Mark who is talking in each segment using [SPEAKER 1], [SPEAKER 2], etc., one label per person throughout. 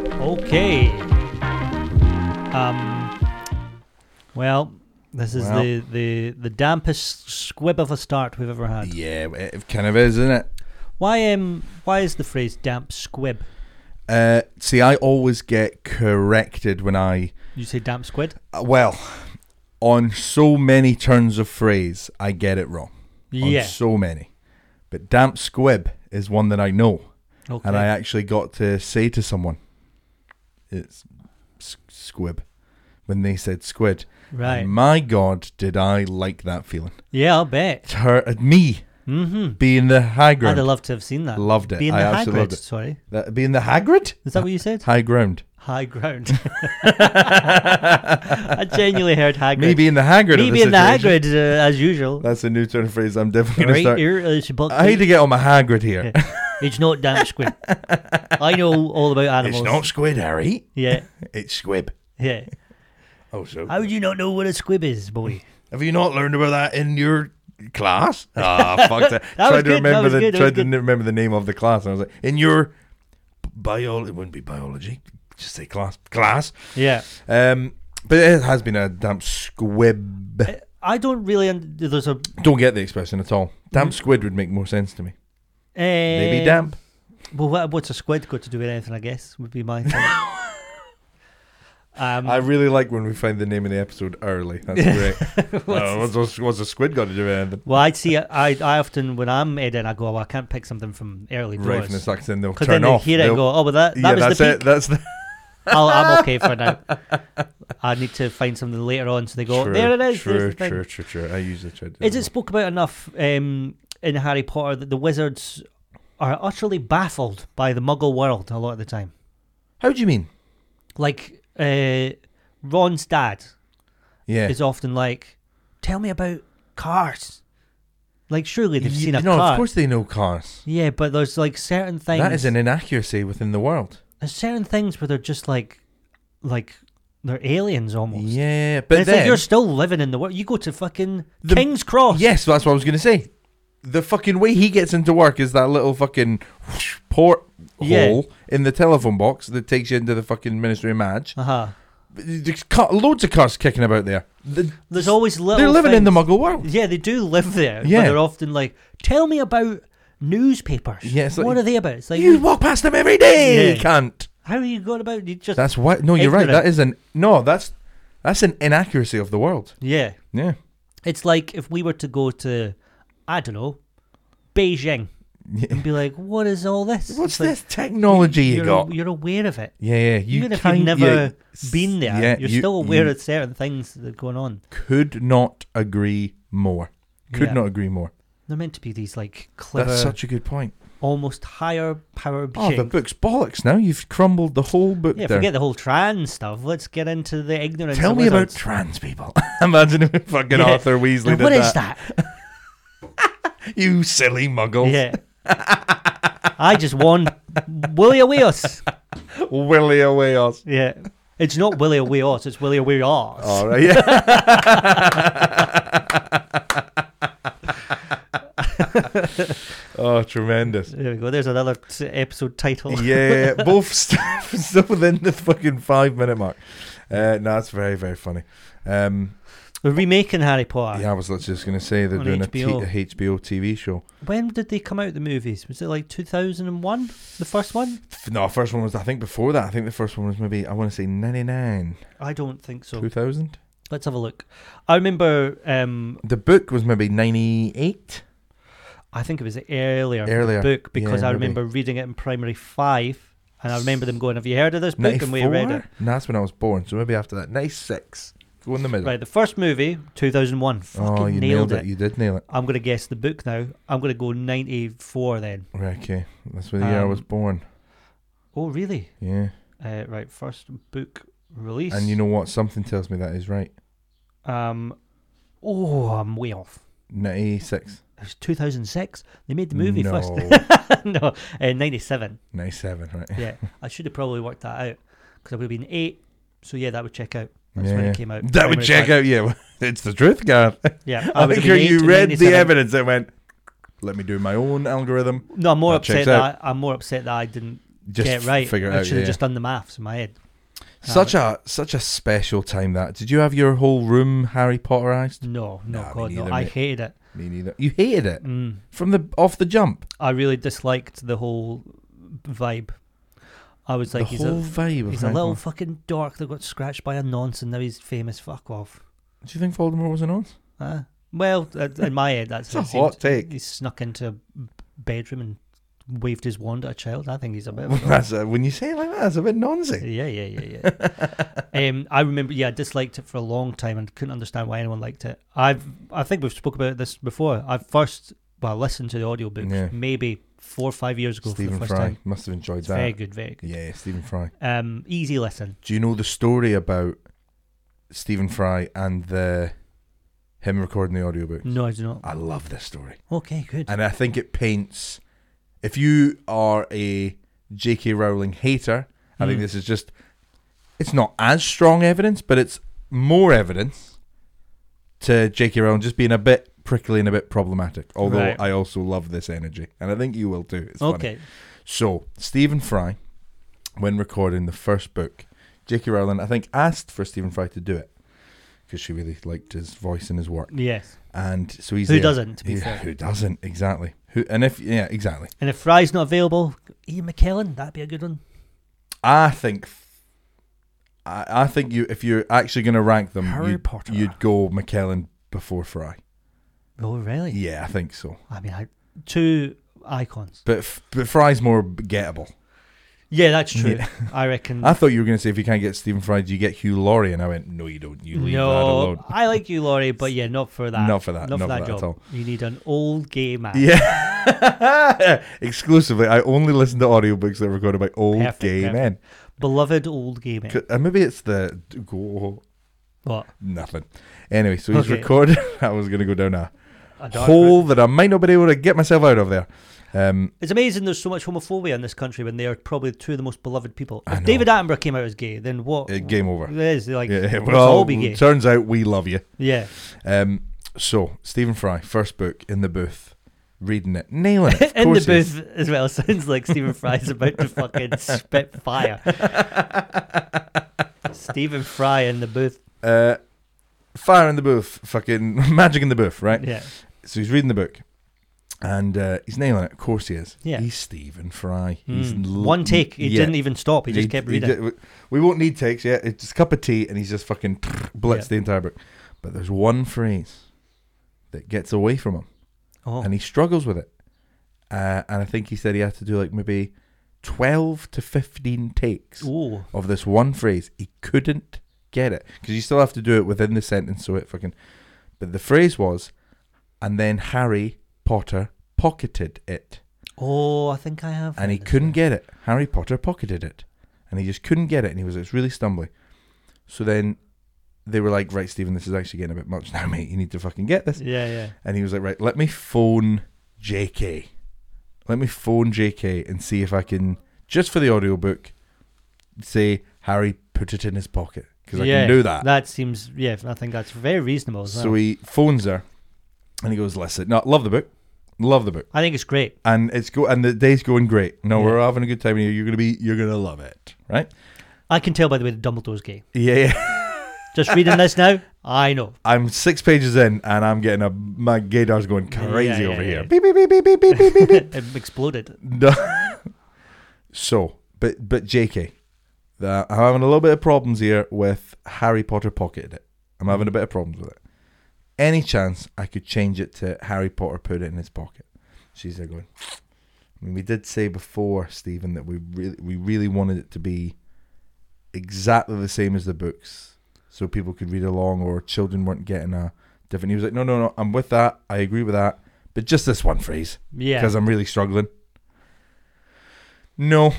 [SPEAKER 1] Okay. Um. Well, this is
[SPEAKER 2] Well.
[SPEAKER 1] the, the the dampest squib of a start we've ever had.
[SPEAKER 2] Yeah, it it kind of is, isn't it?
[SPEAKER 1] Why um why is the phrase damp squib?
[SPEAKER 2] Uh, see, I always get corrected when I
[SPEAKER 1] You say damp squid?
[SPEAKER 2] uh, well, on so many turns of phrase, I get it wrong.
[SPEAKER 1] Yeah.
[SPEAKER 2] On so many, but damp squib is one that I know,
[SPEAKER 1] Okay.
[SPEAKER 2] and I actually got to say to someone, "It's s- squib," when they said squid.
[SPEAKER 1] right.
[SPEAKER 2] And my God, did I like that feeling?
[SPEAKER 1] yeah, I'll bet.
[SPEAKER 2] Her, me
[SPEAKER 1] Mm-hmm.
[SPEAKER 2] being the high
[SPEAKER 1] I'd
[SPEAKER 2] ground.
[SPEAKER 1] have loved to have seen that.
[SPEAKER 2] Loved it.
[SPEAKER 1] Being
[SPEAKER 2] I
[SPEAKER 1] the high
[SPEAKER 2] absolutely
[SPEAKER 1] ground.
[SPEAKER 2] loved it.
[SPEAKER 1] Sorry.
[SPEAKER 2] That being the Hagrid?
[SPEAKER 1] Is that what you said?
[SPEAKER 2] High ground.
[SPEAKER 1] High ground. I genuinely heard high
[SPEAKER 2] Me
[SPEAKER 1] ground.
[SPEAKER 2] being the Hagrid.
[SPEAKER 1] Me
[SPEAKER 2] of
[SPEAKER 1] being the high
[SPEAKER 2] situation.
[SPEAKER 1] ground uh, as usual.
[SPEAKER 2] That's a new turn of phrase. I'm definitely going to
[SPEAKER 1] Right uh,
[SPEAKER 2] start.
[SPEAKER 1] here is your buck
[SPEAKER 2] I hate to get on my Hagrid here.
[SPEAKER 1] Yeah. It's not damp squid. I know all about animals.
[SPEAKER 2] it's not squid, Harry.
[SPEAKER 1] Yeah,
[SPEAKER 2] It's squib.
[SPEAKER 1] yeah.
[SPEAKER 2] Oh, so
[SPEAKER 1] How do you not know what a squib is, boy?
[SPEAKER 2] have you not learned about that in your class? Ah, fuck that.
[SPEAKER 1] That was
[SPEAKER 2] tried to
[SPEAKER 1] good, that
[SPEAKER 2] remember
[SPEAKER 1] was
[SPEAKER 2] the
[SPEAKER 1] good, that was
[SPEAKER 2] tried to
[SPEAKER 1] good.
[SPEAKER 2] remember the name of the class, and I was like, in your bio, it wouldn't be biology. Just say class, class.
[SPEAKER 1] Yeah.
[SPEAKER 2] Um, but it has been a damp squib.
[SPEAKER 1] Uh, I don't really. Un- there's a. Uh,
[SPEAKER 2] Don't get the expression at all.
[SPEAKER 1] Mm.
[SPEAKER 2] Damp squid would make more sense to me. Maybe damp.
[SPEAKER 1] eh, Well, what, what's a squid got to do with anything? I guess would be my. Thing. um,
[SPEAKER 2] I really like when we find the name of the episode early. That's great. Uh, what's, what's, what's a squid got to do with anything?
[SPEAKER 1] well, I see. I I often when I'm editing, I go, well, I can't pick something from early
[SPEAKER 2] Right from the
[SPEAKER 1] doors
[SPEAKER 2] sucks, then they'll
[SPEAKER 1] because then
[SPEAKER 2] turn
[SPEAKER 1] they
[SPEAKER 2] off.
[SPEAKER 1] hear it
[SPEAKER 2] They'll-
[SPEAKER 1] and go, oh, well, that that
[SPEAKER 2] yeah,
[SPEAKER 1] was
[SPEAKER 2] that's
[SPEAKER 1] the peak.
[SPEAKER 2] it. That's the
[SPEAKER 1] I'll, I'm okay for now. I need to find something later on, so they go,
[SPEAKER 2] true,
[SPEAKER 1] there it is. there's
[SPEAKER 2] True,
[SPEAKER 1] the thing."
[SPEAKER 2] true, true, true. I usually try to.
[SPEAKER 1] Is it spoke about enough um, in Harry Potter that the wizards are utterly baffled by the Muggle world a lot of the time?
[SPEAKER 2] How do you mean?
[SPEAKER 1] Like uh, Ron's dad
[SPEAKER 2] Yeah,
[SPEAKER 1] is often like, "Tell me about cars." Like surely they've
[SPEAKER 2] Y-
[SPEAKER 1] seen a
[SPEAKER 2] no,
[SPEAKER 1] car.
[SPEAKER 2] of course they know cars.
[SPEAKER 1] Yeah, but there's like certain things.
[SPEAKER 2] That is an inaccuracy within the world.
[SPEAKER 1] There's certain things where they're just like, like they're aliens almost.
[SPEAKER 2] Yeah,
[SPEAKER 1] And
[SPEAKER 2] but
[SPEAKER 1] it's
[SPEAKER 2] then
[SPEAKER 1] like you're still living in the world. You go to fucking
[SPEAKER 2] The-
[SPEAKER 1] King's Cross.
[SPEAKER 2] yes, that's what I was going to say. The fucking way he gets into work is that little fucking whoosh port
[SPEAKER 1] Yeah.
[SPEAKER 2] hole in the telephone box that takes you into the fucking Ministry of Madge.
[SPEAKER 1] Uh huh.
[SPEAKER 2] There's ca- loads of cars kicking about there. The-
[SPEAKER 1] There's always little.
[SPEAKER 2] they're living in the
[SPEAKER 1] things.
[SPEAKER 2] muggle world.
[SPEAKER 1] Yeah, they do live there.
[SPEAKER 2] Yeah.
[SPEAKER 1] But they're often like, tell me about newspapers.
[SPEAKER 2] Yeah, it's
[SPEAKER 1] what
[SPEAKER 2] like-
[SPEAKER 1] are they about? It's like,
[SPEAKER 2] You walk past them every day,
[SPEAKER 1] Yeah.
[SPEAKER 2] cunt.
[SPEAKER 1] how are you going about? You just.
[SPEAKER 2] That's why. No, you're right.
[SPEAKER 1] Ignorant.
[SPEAKER 2] That is an no. That's that's an inaccuracy of the world.
[SPEAKER 1] yeah.
[SPEAKER 2] Yeah,
[SPEAKER 1] It's like if we were to go to, I don't know, Beijing
[SPEAKER 2] Yeah.
[SPEAKER 1] and be like, what is all this?
[SPEAKER 2] What's
[SPEAKER 1] It's like,
[SPEAKER 2] this technology you
[SPEAKER 1] you're,
[SPEAKER 2] got?
[SPEAKER 1] You're aware of it.
[SPEAKER 2] yeah, yeah. You
[SPEAKER 1] Even if you've
[SPEAKER 2] kind-
[SPEAKER 1] never
[SPEAKER 2] yeah,
[SPEAKER 1] been there,
[SPEAKER 2] yeah,
[SPEAKER 1] you're
[SPEAKER 2] you-
[SPEAKER 1] still aware
[SPEAKER 2] you
[SPEAKER 1] of certain things that are going on.
[SPEAKER 2] Could not agree more. Could
[SPEAKER 1] Yeah.
[SPEAKER 2] not agree more.
[SPEAKER 1] They're meant to be these like clever,
[SPEAKER 2] That's such a good point.
[SPEAKER 1] almost higher power
[SPEAKER 2] Oh,
[SPEAKER 1] beings.
[SPEAKER 2] the book's bollocks. Now you've crumbled the whole book
[SPEAKER 1] yeah,
[SPEAKER 2] down.
[SPEAKER 1] forget the whole trans stuff. Let's get into the ignorance.
[SPEAKER 2] Tell
[SPEAKER 1] of
[SPEAKER 2] me about
[SPEAKER 1] wizards.
[SPEAKER 2] trans people. Imagine if fucking
[SPEAKER 1] Yeah.
[SPEAKER 2] Arthur Weasley
[SPEAKER 1] And
[SPEAKER 2] did
[SPEAKER 1] what
[SPEAKER 2] that. Oh.
[SPEAKER 1] is that?
[SPEAKER 2] You silly muggle.
[SPEAKER 1] Yeah. I just won Willie Away Us.
[SPEAKER 2] Willy away us.
[SPEAKER 1] Yeah. It's not Willie Away Us, it's Willie Away Us.
[SPEAKER 2] All right. Yeah. oh, tremendous.
[SPEAKER 1] There we go. There's another t- episode title.
[SPEAKER 2] Yeah, both stuff still within the fucking five minute mark. Uh, no, that's very, very funny. Um,
[SPEAKER 1] We're remaking Harry Potter.
[SPEAKER 2] yeah, I was just going to say they're
[SPEAKER 1] On
[SPEAKER 2] doing a T-
[SPEAKER 1] HBO.
[SPEAKER 2] a HBO TV show.
[SPEAKER 1] When did they come out, the movies? Was it like 2001? The first one?
[SPEAKER 2] F- No, first one was, I think, before that. I think the first one was maybe, I want to say 99,
[SPEAKER 1] I don't think so.
[SPEAKER 2] 2000.
[SPEAKER 1] Let's have a look. I remember, um,
[SPEAKER 2] The book was maybe 98.
[SPEAKER 1] I think it was earlier,
[SPEAKER 2] Earlier.
[SPEAKER 1] book because
[SPEAKER 2] Yeah,
[SPEAKER 1] I
[SPEAKER 2] maybe.
[SPEAKER 1] remember reading it in primary five and I remember them going, Have you heard of this book? And we read it.
[SPEAKER 2] 94? No, that's when I was born, so maybe after that. 96. Go in the middle.
[SPEAKER 1] Right, the first movie, 2001. Fucking
[SPEAKER 2] Oh, you
[SPEAKER 1] nailed, it.
[SPEAKER 2] You did nail it.
[SPEAKER 1] I'm going to guess the book now. I'm going to go 94 then.
[SPEAKER 2] Right, okay. That's where the year I
[SPEAKER 1] Um,
[SPEAKER 2] was born.
[SPEAKER 1] Oh, really?
[SPEAKER 2] Yeah.
[SPEAKER 1] Uh, right, first book release.
[SPEAKER 2] And you know what? Something tells me that is right.
[SPEAKER 1] Um, oh, I'm way off.
[SPEAKER 2] 96.
[SPEAKER 1] It was 2006. They made the movie
[SPEAKER 2] no.
[SPEAKER 1] first. no, uh, 97.
[SPEAKER 2] 97, right?
[SPEAKER 1] Yeah, I should have probably worked that out because I would have been eight. So yeah, that would check out. That's when
[SPEAKER 2] Yeah.
[SPEAKER 1] it came out.
[SPEAKER 2] That would
[SPEAKER 1] Primary
[SPEAKER 2] check
[SPEAKER 1] five.
[SPEAKER 2] out, yeah. It's the truth, Gareth.
[SPEAKER 1] Yeah,
[SPEAKER 2] I
[SPEAKER 1] would
[SPEAKER 2] think
[SPEAKER 1] have been
[SPEAKER 2] you
[SPEAKER 1] eight in
[SPEAKER 2] read the
[SPEAKER 1] 97.
[SPEAKER 2] evidence and went, let me do my own algorithm.
[SPEAKER 1] No, I'm more
[SPEAKER 2] That
[SPEAKER 1] upset
[SPEAKER 2] checks
[SPEAKER 1] that
[SPEAKER 2] out.
[SPEAKER 1] I, I'm more upset that I didn't
[SPEAKER 2] just
[SPEAKER 1] get right.
[SPEAKER 2] figure it
[SPEAKER 1] I
[SPEAKER 2] out.
[SPEAKER 1] should
[SPEAKER 2] Yeah,
[SPEAKER 1] have
[SPEAKER 2] yeah.
[SPEAKER 1] just done the maths in my head.
[SPEAKER 2] such a such a special time that. Did you have your whole room Harry Potterized?
[SPEAKER 1] No, no,
[SPEAKER 2] Nah, me
[SPEAKER 1] God,
[SPEAKER 2] neither,
[SPEAKER 1] no. I
[SPEAKER 2] mate.
[SPEAKER 1] hated it.
[SPEAKER 2] Me neither. You hated it
[SPEAKER 1] Mm.
[SPEAKER 2] from the off the jump.
[SPEAKER 1] I really disliked the whole vibe. I was like,
[SPEAKER 2] the
[SPEAKER 1] he's
[SPEAKER 2] whole
[SPEAKER 1] a
[SPEAKER 2] vibe. Of
[SPEAKER 1] he's a
[SPEAKER 2] Harry
[SPEAKER 1] little
[SPEAKER 2] Potter.
[SPEAKER 1] fucking dork that got scratched by a nonce and now he's famous. Fuck off.
[SPEAKER 2] Do you think Voldemort was a nonce?
[SPEAKER 1] Uh, well, uh, in my head, that's
[SPEAKER 2] It's
[SPEAKER 1] how
[SPEAKER 2] a
[SPEAKER 1] it seemed.
[SPEAKER 2] hot take.
[SPEAKER 1] He snuck into a b- bedroom and waved his wand at a child. I think he's a bit. Of a
[SPEAKER 2] that's a, when you say it like that, it's a bit nonsy.
[SPEAKER 1] yeah, yeah, yeah, yeah. um, I remember. Yeah, I disliked it for a long time and couldn't understand why anyone liked it. I've, I think we've spoke about this before. I first, well, I listened to the audiobook
[SPEAKER 2] Yeah.
[SPEAKER 1] maybe four or five years ago for
[SPEAKER 2] Stephen
[SPEAKER 1] the first
[SPEAKER 2] Fry
[SPEAKER 1] time.
[SPEAKER 2] must have enjoyed
[SPEAKER 1] It's
[SPEAKER 2] that.
[SPEAKER 1] very good, very good.
[SPEAKER 2] Yeah, Stephen Fry.
[SPEAKER 1] Um, easy listen.
[SPEAKER 2] Do you know the story about Stephen Fry and the him recording the audiobook?
[SPEAKER 1] No, I do not.
[SPEAKER 2] I love this story.
[SPEAKER 1] Okay, good.
[SPEAKER 2] And I think it paints if you are a J.K. Rowling hater, I think
[SPEAKER 1] Mm.
[SPEAKER 2] this is just it's not as strong evidence, but it's more evidence to J.K. Rowling just being a bit prickly and a bit problematic. Although
[SPEAKER 1] Right.
[SPEAKER 2] I also love this energy, and I think you will too. It's funny.
[SPEAKER 1] okay.
[SPEAKER 2] So Stephen Fry, when recording the first book, J.K. Rowling I think asked for Stephen Fry to do it because she really liked his voice and his work,
[SPEAKER 1] Yes.
[SPEAKER 2] and so he's
[SPEAKER 1] Who
[SPEAKER 2] there.
[SPEAKER 1] doesn't? To be
[SPEAKER 2] Yeah,
[SPEAKER 1] fair.
[SPEAKER 2] who doesn't exactly? Who and if yeah exactly?
[SPEAKER 1] And if Fry's not available, Ian McKellen, that'd be a good one.
[SPEAKER 2] I think, I, I think you if you're actually going to rank them,
[SPEAKER 1] Harry
[SPEAKER 2] you'd,
[SPEAKER 1] Potter.
[SPEAKER 2] you'd go McKellen before Fry.
[SPEAKER 1] Oh, really?
[SPEAKER 2] Yeah, I think so.
[SPEAKER 1] I mean, I, two icons.
[SPEAKER 2] But f- but Fry's more gettable.
[SPEAKER 1] Yeah, that's true. I reckon.
[SPEAKER 2] I thought you were going to say if you can't get Stephen Fry, do you get Hugh Laurie? And I went, no, you don't. You leave that alone.
[SPEAKER 1] no, I like you, Laurie, but yeah, not for that.
[SPEAKER 2] Not for that. Not for that at
[SPEAKER 1] job.
[SPEAKER 2] all.
[SPEAKER 1] You need an old gay man.
[SPEAKER 2] Yeah. Exclusively. I only listen to audiobooks that are recorded by old
[SPEAKER 1] Perfect,
[SPEAKER 2] gay
[SPEAKER 1] perfect.
[SPEAKER 2] men.
[SPEAKER 1] Beloved old gay man.
[SPEAKER 2] 'Cause- And maybe it's the go
[SPEAKER 1] What?
[SPEAKER 2] nothing. Anyway, so he's
[SPEAKER 1] Okay.
[SPEAKER 2] recorded. I was going to go down a
[SPEAKER 1] A dark
[SPEAKER 2] hole that I might not be able to get myself out of there. Um,
[SPEAKER 1] It's amazing there's so much homophobia in this country when they are probably two of the most beloved people.
[SPEAKER 2] I
[SPEAKER 1] If
[SPEAKER 2] know.
[SPEAKER 1] David Attenborough came out as gay, then what?
[SPEAKER 2] uh, game over.
[SPEAKER 1] It is like
[SPEAKER 2] Yeah,
[SPEAKER 1] yeah,
[SPEAKER 2] well,
[SPEAKER 1] all be gay.
[SPEAKER 2] turns out we love you.
[SPEAKER 1] yeah,
[SPEAKER 2] Um, so Stephen Fry, first book in the booth, reading it, nailing it. Of
[SPEAKER 1] in the
[SPEAKER 2] course he is.
[SPEAKER 1] booth as well. Sounds like Stephen Fry's about to fucking spit fire. Stephen Fry in the booth.
[SPEAKER 2] Uh, fire in the booth, fucking magic in the booth, right?
[SPEAKER 1] Yeah,
[SPEAKER 2] So he's reading the book, and uh, he's nailing it. Of course he is.
[SPEAKER 1] Yeah.
[SPEAKER 2] He's Stephen Fry. He's
[SPEAKER 1] Mm.
[SPEAKER 2] l-
[SPEAKER 1] one take. He
[SPEAKER 2] yeah.
[SPEAKER 1] didn't even stop. He just kept reading.
[SPEAKER 2] did- we won't need takes yet. It's just a cup of tea, and he's just fucking blitzed
[SPEAKER 1] Yeah.
[SPEAKER 2] the entire book. But there's one phrase that gets away from him,
[SPEAKER 1] oh,
[SPEAKER 2] and he struggles with it. Uh, and I think he said he had to do like maybe twelve to fifteen takes
[SPEAKER 1] Ooh.
[SPEAKER 2] of this one phrase. He couldn't get it because you still have to do it within the sentence, so it fucking. But the phrase was, and then Harry Potter pocketed it,
[SPEAKER 1] Oh, I think I have.
[SPEAKER 2] and he
[SPEAKER 1] heard this
[SPEAKER 2] couldn't
[SPEAKER 1] one.
[SPEAKER 2] get it. Harry Potter pocketed it, and he just couldn't get it, and he was it's really stumbly. So then, they were like, right, Stephen, this is actually getting a bit much now, mate. You need to fucking get this.
[SPEAKER 1] Yeah, yeah.
[SPEAKER 2] And he was like, right, let me phone JK. Let me phone JK and see if I can, just for the audiobook, say Harry put it in his pocket. Because I
[SPEAKER 1] Yeah,
[SPEAKER 2] can do that.
[SPEAKER 1] That seems. Yeah, I think that's very reasonable. As well.
[SPEAKER 2] so he phones her and he goes, listen, no, love the book. Love the book.
[SPEAKER 1] I think it's great.
[SPEAKER 2] And it's go and the day's going great. No,
[SPEAKER 1] Yeah.
[SPEAKER 2] we're having a good time here. You're gonna be you're gonna love it. Right?
[SPEAKER 1] I can tell by the way that Dumbledore's gay.
[SPEAKER 2] Yeah, yeah.
[SPEAKER 1] Just reading this now, I know.
[SPEAKER 2] I'm six pages in and I'm getting a my gaydar's going crazy
[SPEAKER 1] yeah,
[SPEAKER 2] over
[SPEAKER 1] yeah,
[SPEAKER 2] here.
[SPEAKER 1] yeah.
[SPEAKER 2] Beep beep beep beep beep beep beep beep beep.
[SPEAKER 1] it exploded.
[SPEAKER 2] No. so, but but JK, uh, I'm having a little bit of problems here with Harry Potter pocketed it. I'm having a bit of problems with it. Any chance I could change it to Harry Potter put it in his pocket? She's there going. I mean, we did say before, Stephen, that we really we really wanted it to be exactly the same as the books, so people could read along or children weren't getting a different. He was like, no, no, no, I'm with that. I agree with that, but just this one phrase
[SPEAKER 1] Yeah.
[SPEAKER 2] because I'm really struggling. No,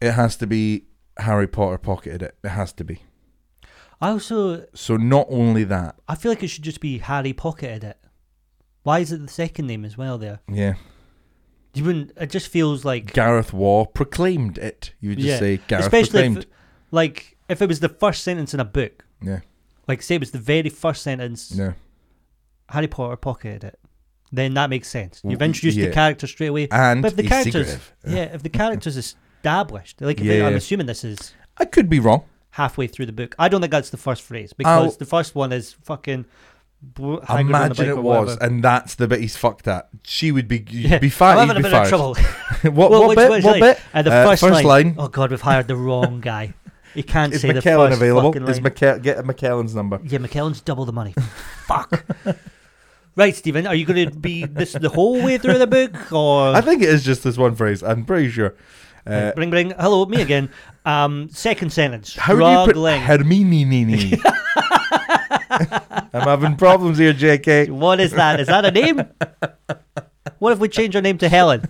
[SPEAKER 2] it has to be Harry Potter pocketed it. It has to be.
[SPEAKER 1] I also
[SPEAKER 2] So not only that,
[SPEAKER 1] I feel like it should just be Harry pocketed it. Why is it the second name as well there?
[SPEAKER 2] yeah,
[SPEAKER 1] You wouldn't. It just feels like,
[SPEAKER 2] Gareth Waugh proclaimed it. You would just
[SPEAKER 1] Yeah.
[SPEAKER 2] say Gareth
[SPEAKER 1] especially if,
[SPEAKER 2] proclaimed.
[SPEAKER 1] like if it was the first sentence in a book.
[SPEAKER 2] yeah,
[SPEAKER 1] Like say it was the very first sentence.
[SPEAKER 2] yeah.
[SPEAKER 1] Harry Potter pocketed it. Then that makes sense. You've
[SPEAKER 2] W-
[SPEAKER 1] introduced
[SPEAKER 2] yeah.
[SPEAKER 1] the character straight away.
[SPEAKER 2] And
[SPEAKER 1] But if the
[SPEAKER 2] he's
[SPEAKER 1] characters,
[SPEAKER 2] secretive.
[SPEAKER 1] yeah, if the characters is established. Like, if
[SPEAKER 2] Yeah,
[SPEAKER 1] it- I'm
[SPEAKER 2] yeah.
[SPEAKER 1] assuming this is
[SPEAKER 2] I could be wrong.
[SPEAKER 1] halfway through the book. I don't think that's the first phrase because the first one is fucking. bl- hanging around the
[SPEAKER 2] Imagine
[SPEAKER 1] bike
[SPEAKER 2] it
[SPEAKER 1] or
[SPEAKER 2] was,
[SPEAKER 1] whatever.
[SPEAKER 2] and that's the bit he's fucked at. She would be, you'd
[SPEAKER 1] Yeah.
[SPEAKER 2] be fat.
[SPEAKER 1] I'm
[SPEAKER 2] he'd
[SPEAKER 1] having a
[SPEAKER 2] be
[SPEAKER 1] bit
[SPEAKER 2] fired.
[SPEAKER 1] of trouble.
[SPEAKER 2] what
[SPEAKER 1] Well,
[SPEAKER 2] what
[SPEAKER 1] which-
[SPEAKER 2] bit?
[SPEAKER 1] which line?
[SPEAKER 2] what bit?
[SPEAKER 1] Uh, the
[SPEAKER 2] Uh,
[SPEAKER 1] first,
[SPEAKER 2] first line.
[SPEAKER 1] Oh god, we've hired the wrong guy. He can't
[SPEAKER 2] Is
[SPEAKER 1] say
[SPEAKER 2] McKellen
[SPEAKER 1] the first
[SPEAKER 2] available?
[SPEAKER 1] fucking
[SPEAKER 2] Is
[SPEAKER 1] line.
[SPEAKER 2] McKe- get McKellen's number?
[SPEAKER 1] Yeah, McKellen's double the money. Fuck. Right, Stephen, are you going to be this the whole way through the book, or
[SPEAKER 2] I think it is just this one phrase. I'm pretty sure. Uh,
[SPEAKER 1] bring bring? Hello, me again. Um, second sentence.
[SPEAKER 2] how do you put
[SPEAKER 1] Struggling.
[SPEAKER 2] Hermine? I'm having problems here, JK.
[SPEAKER 1] What is that? Is that a name? What if we change our name to Helen?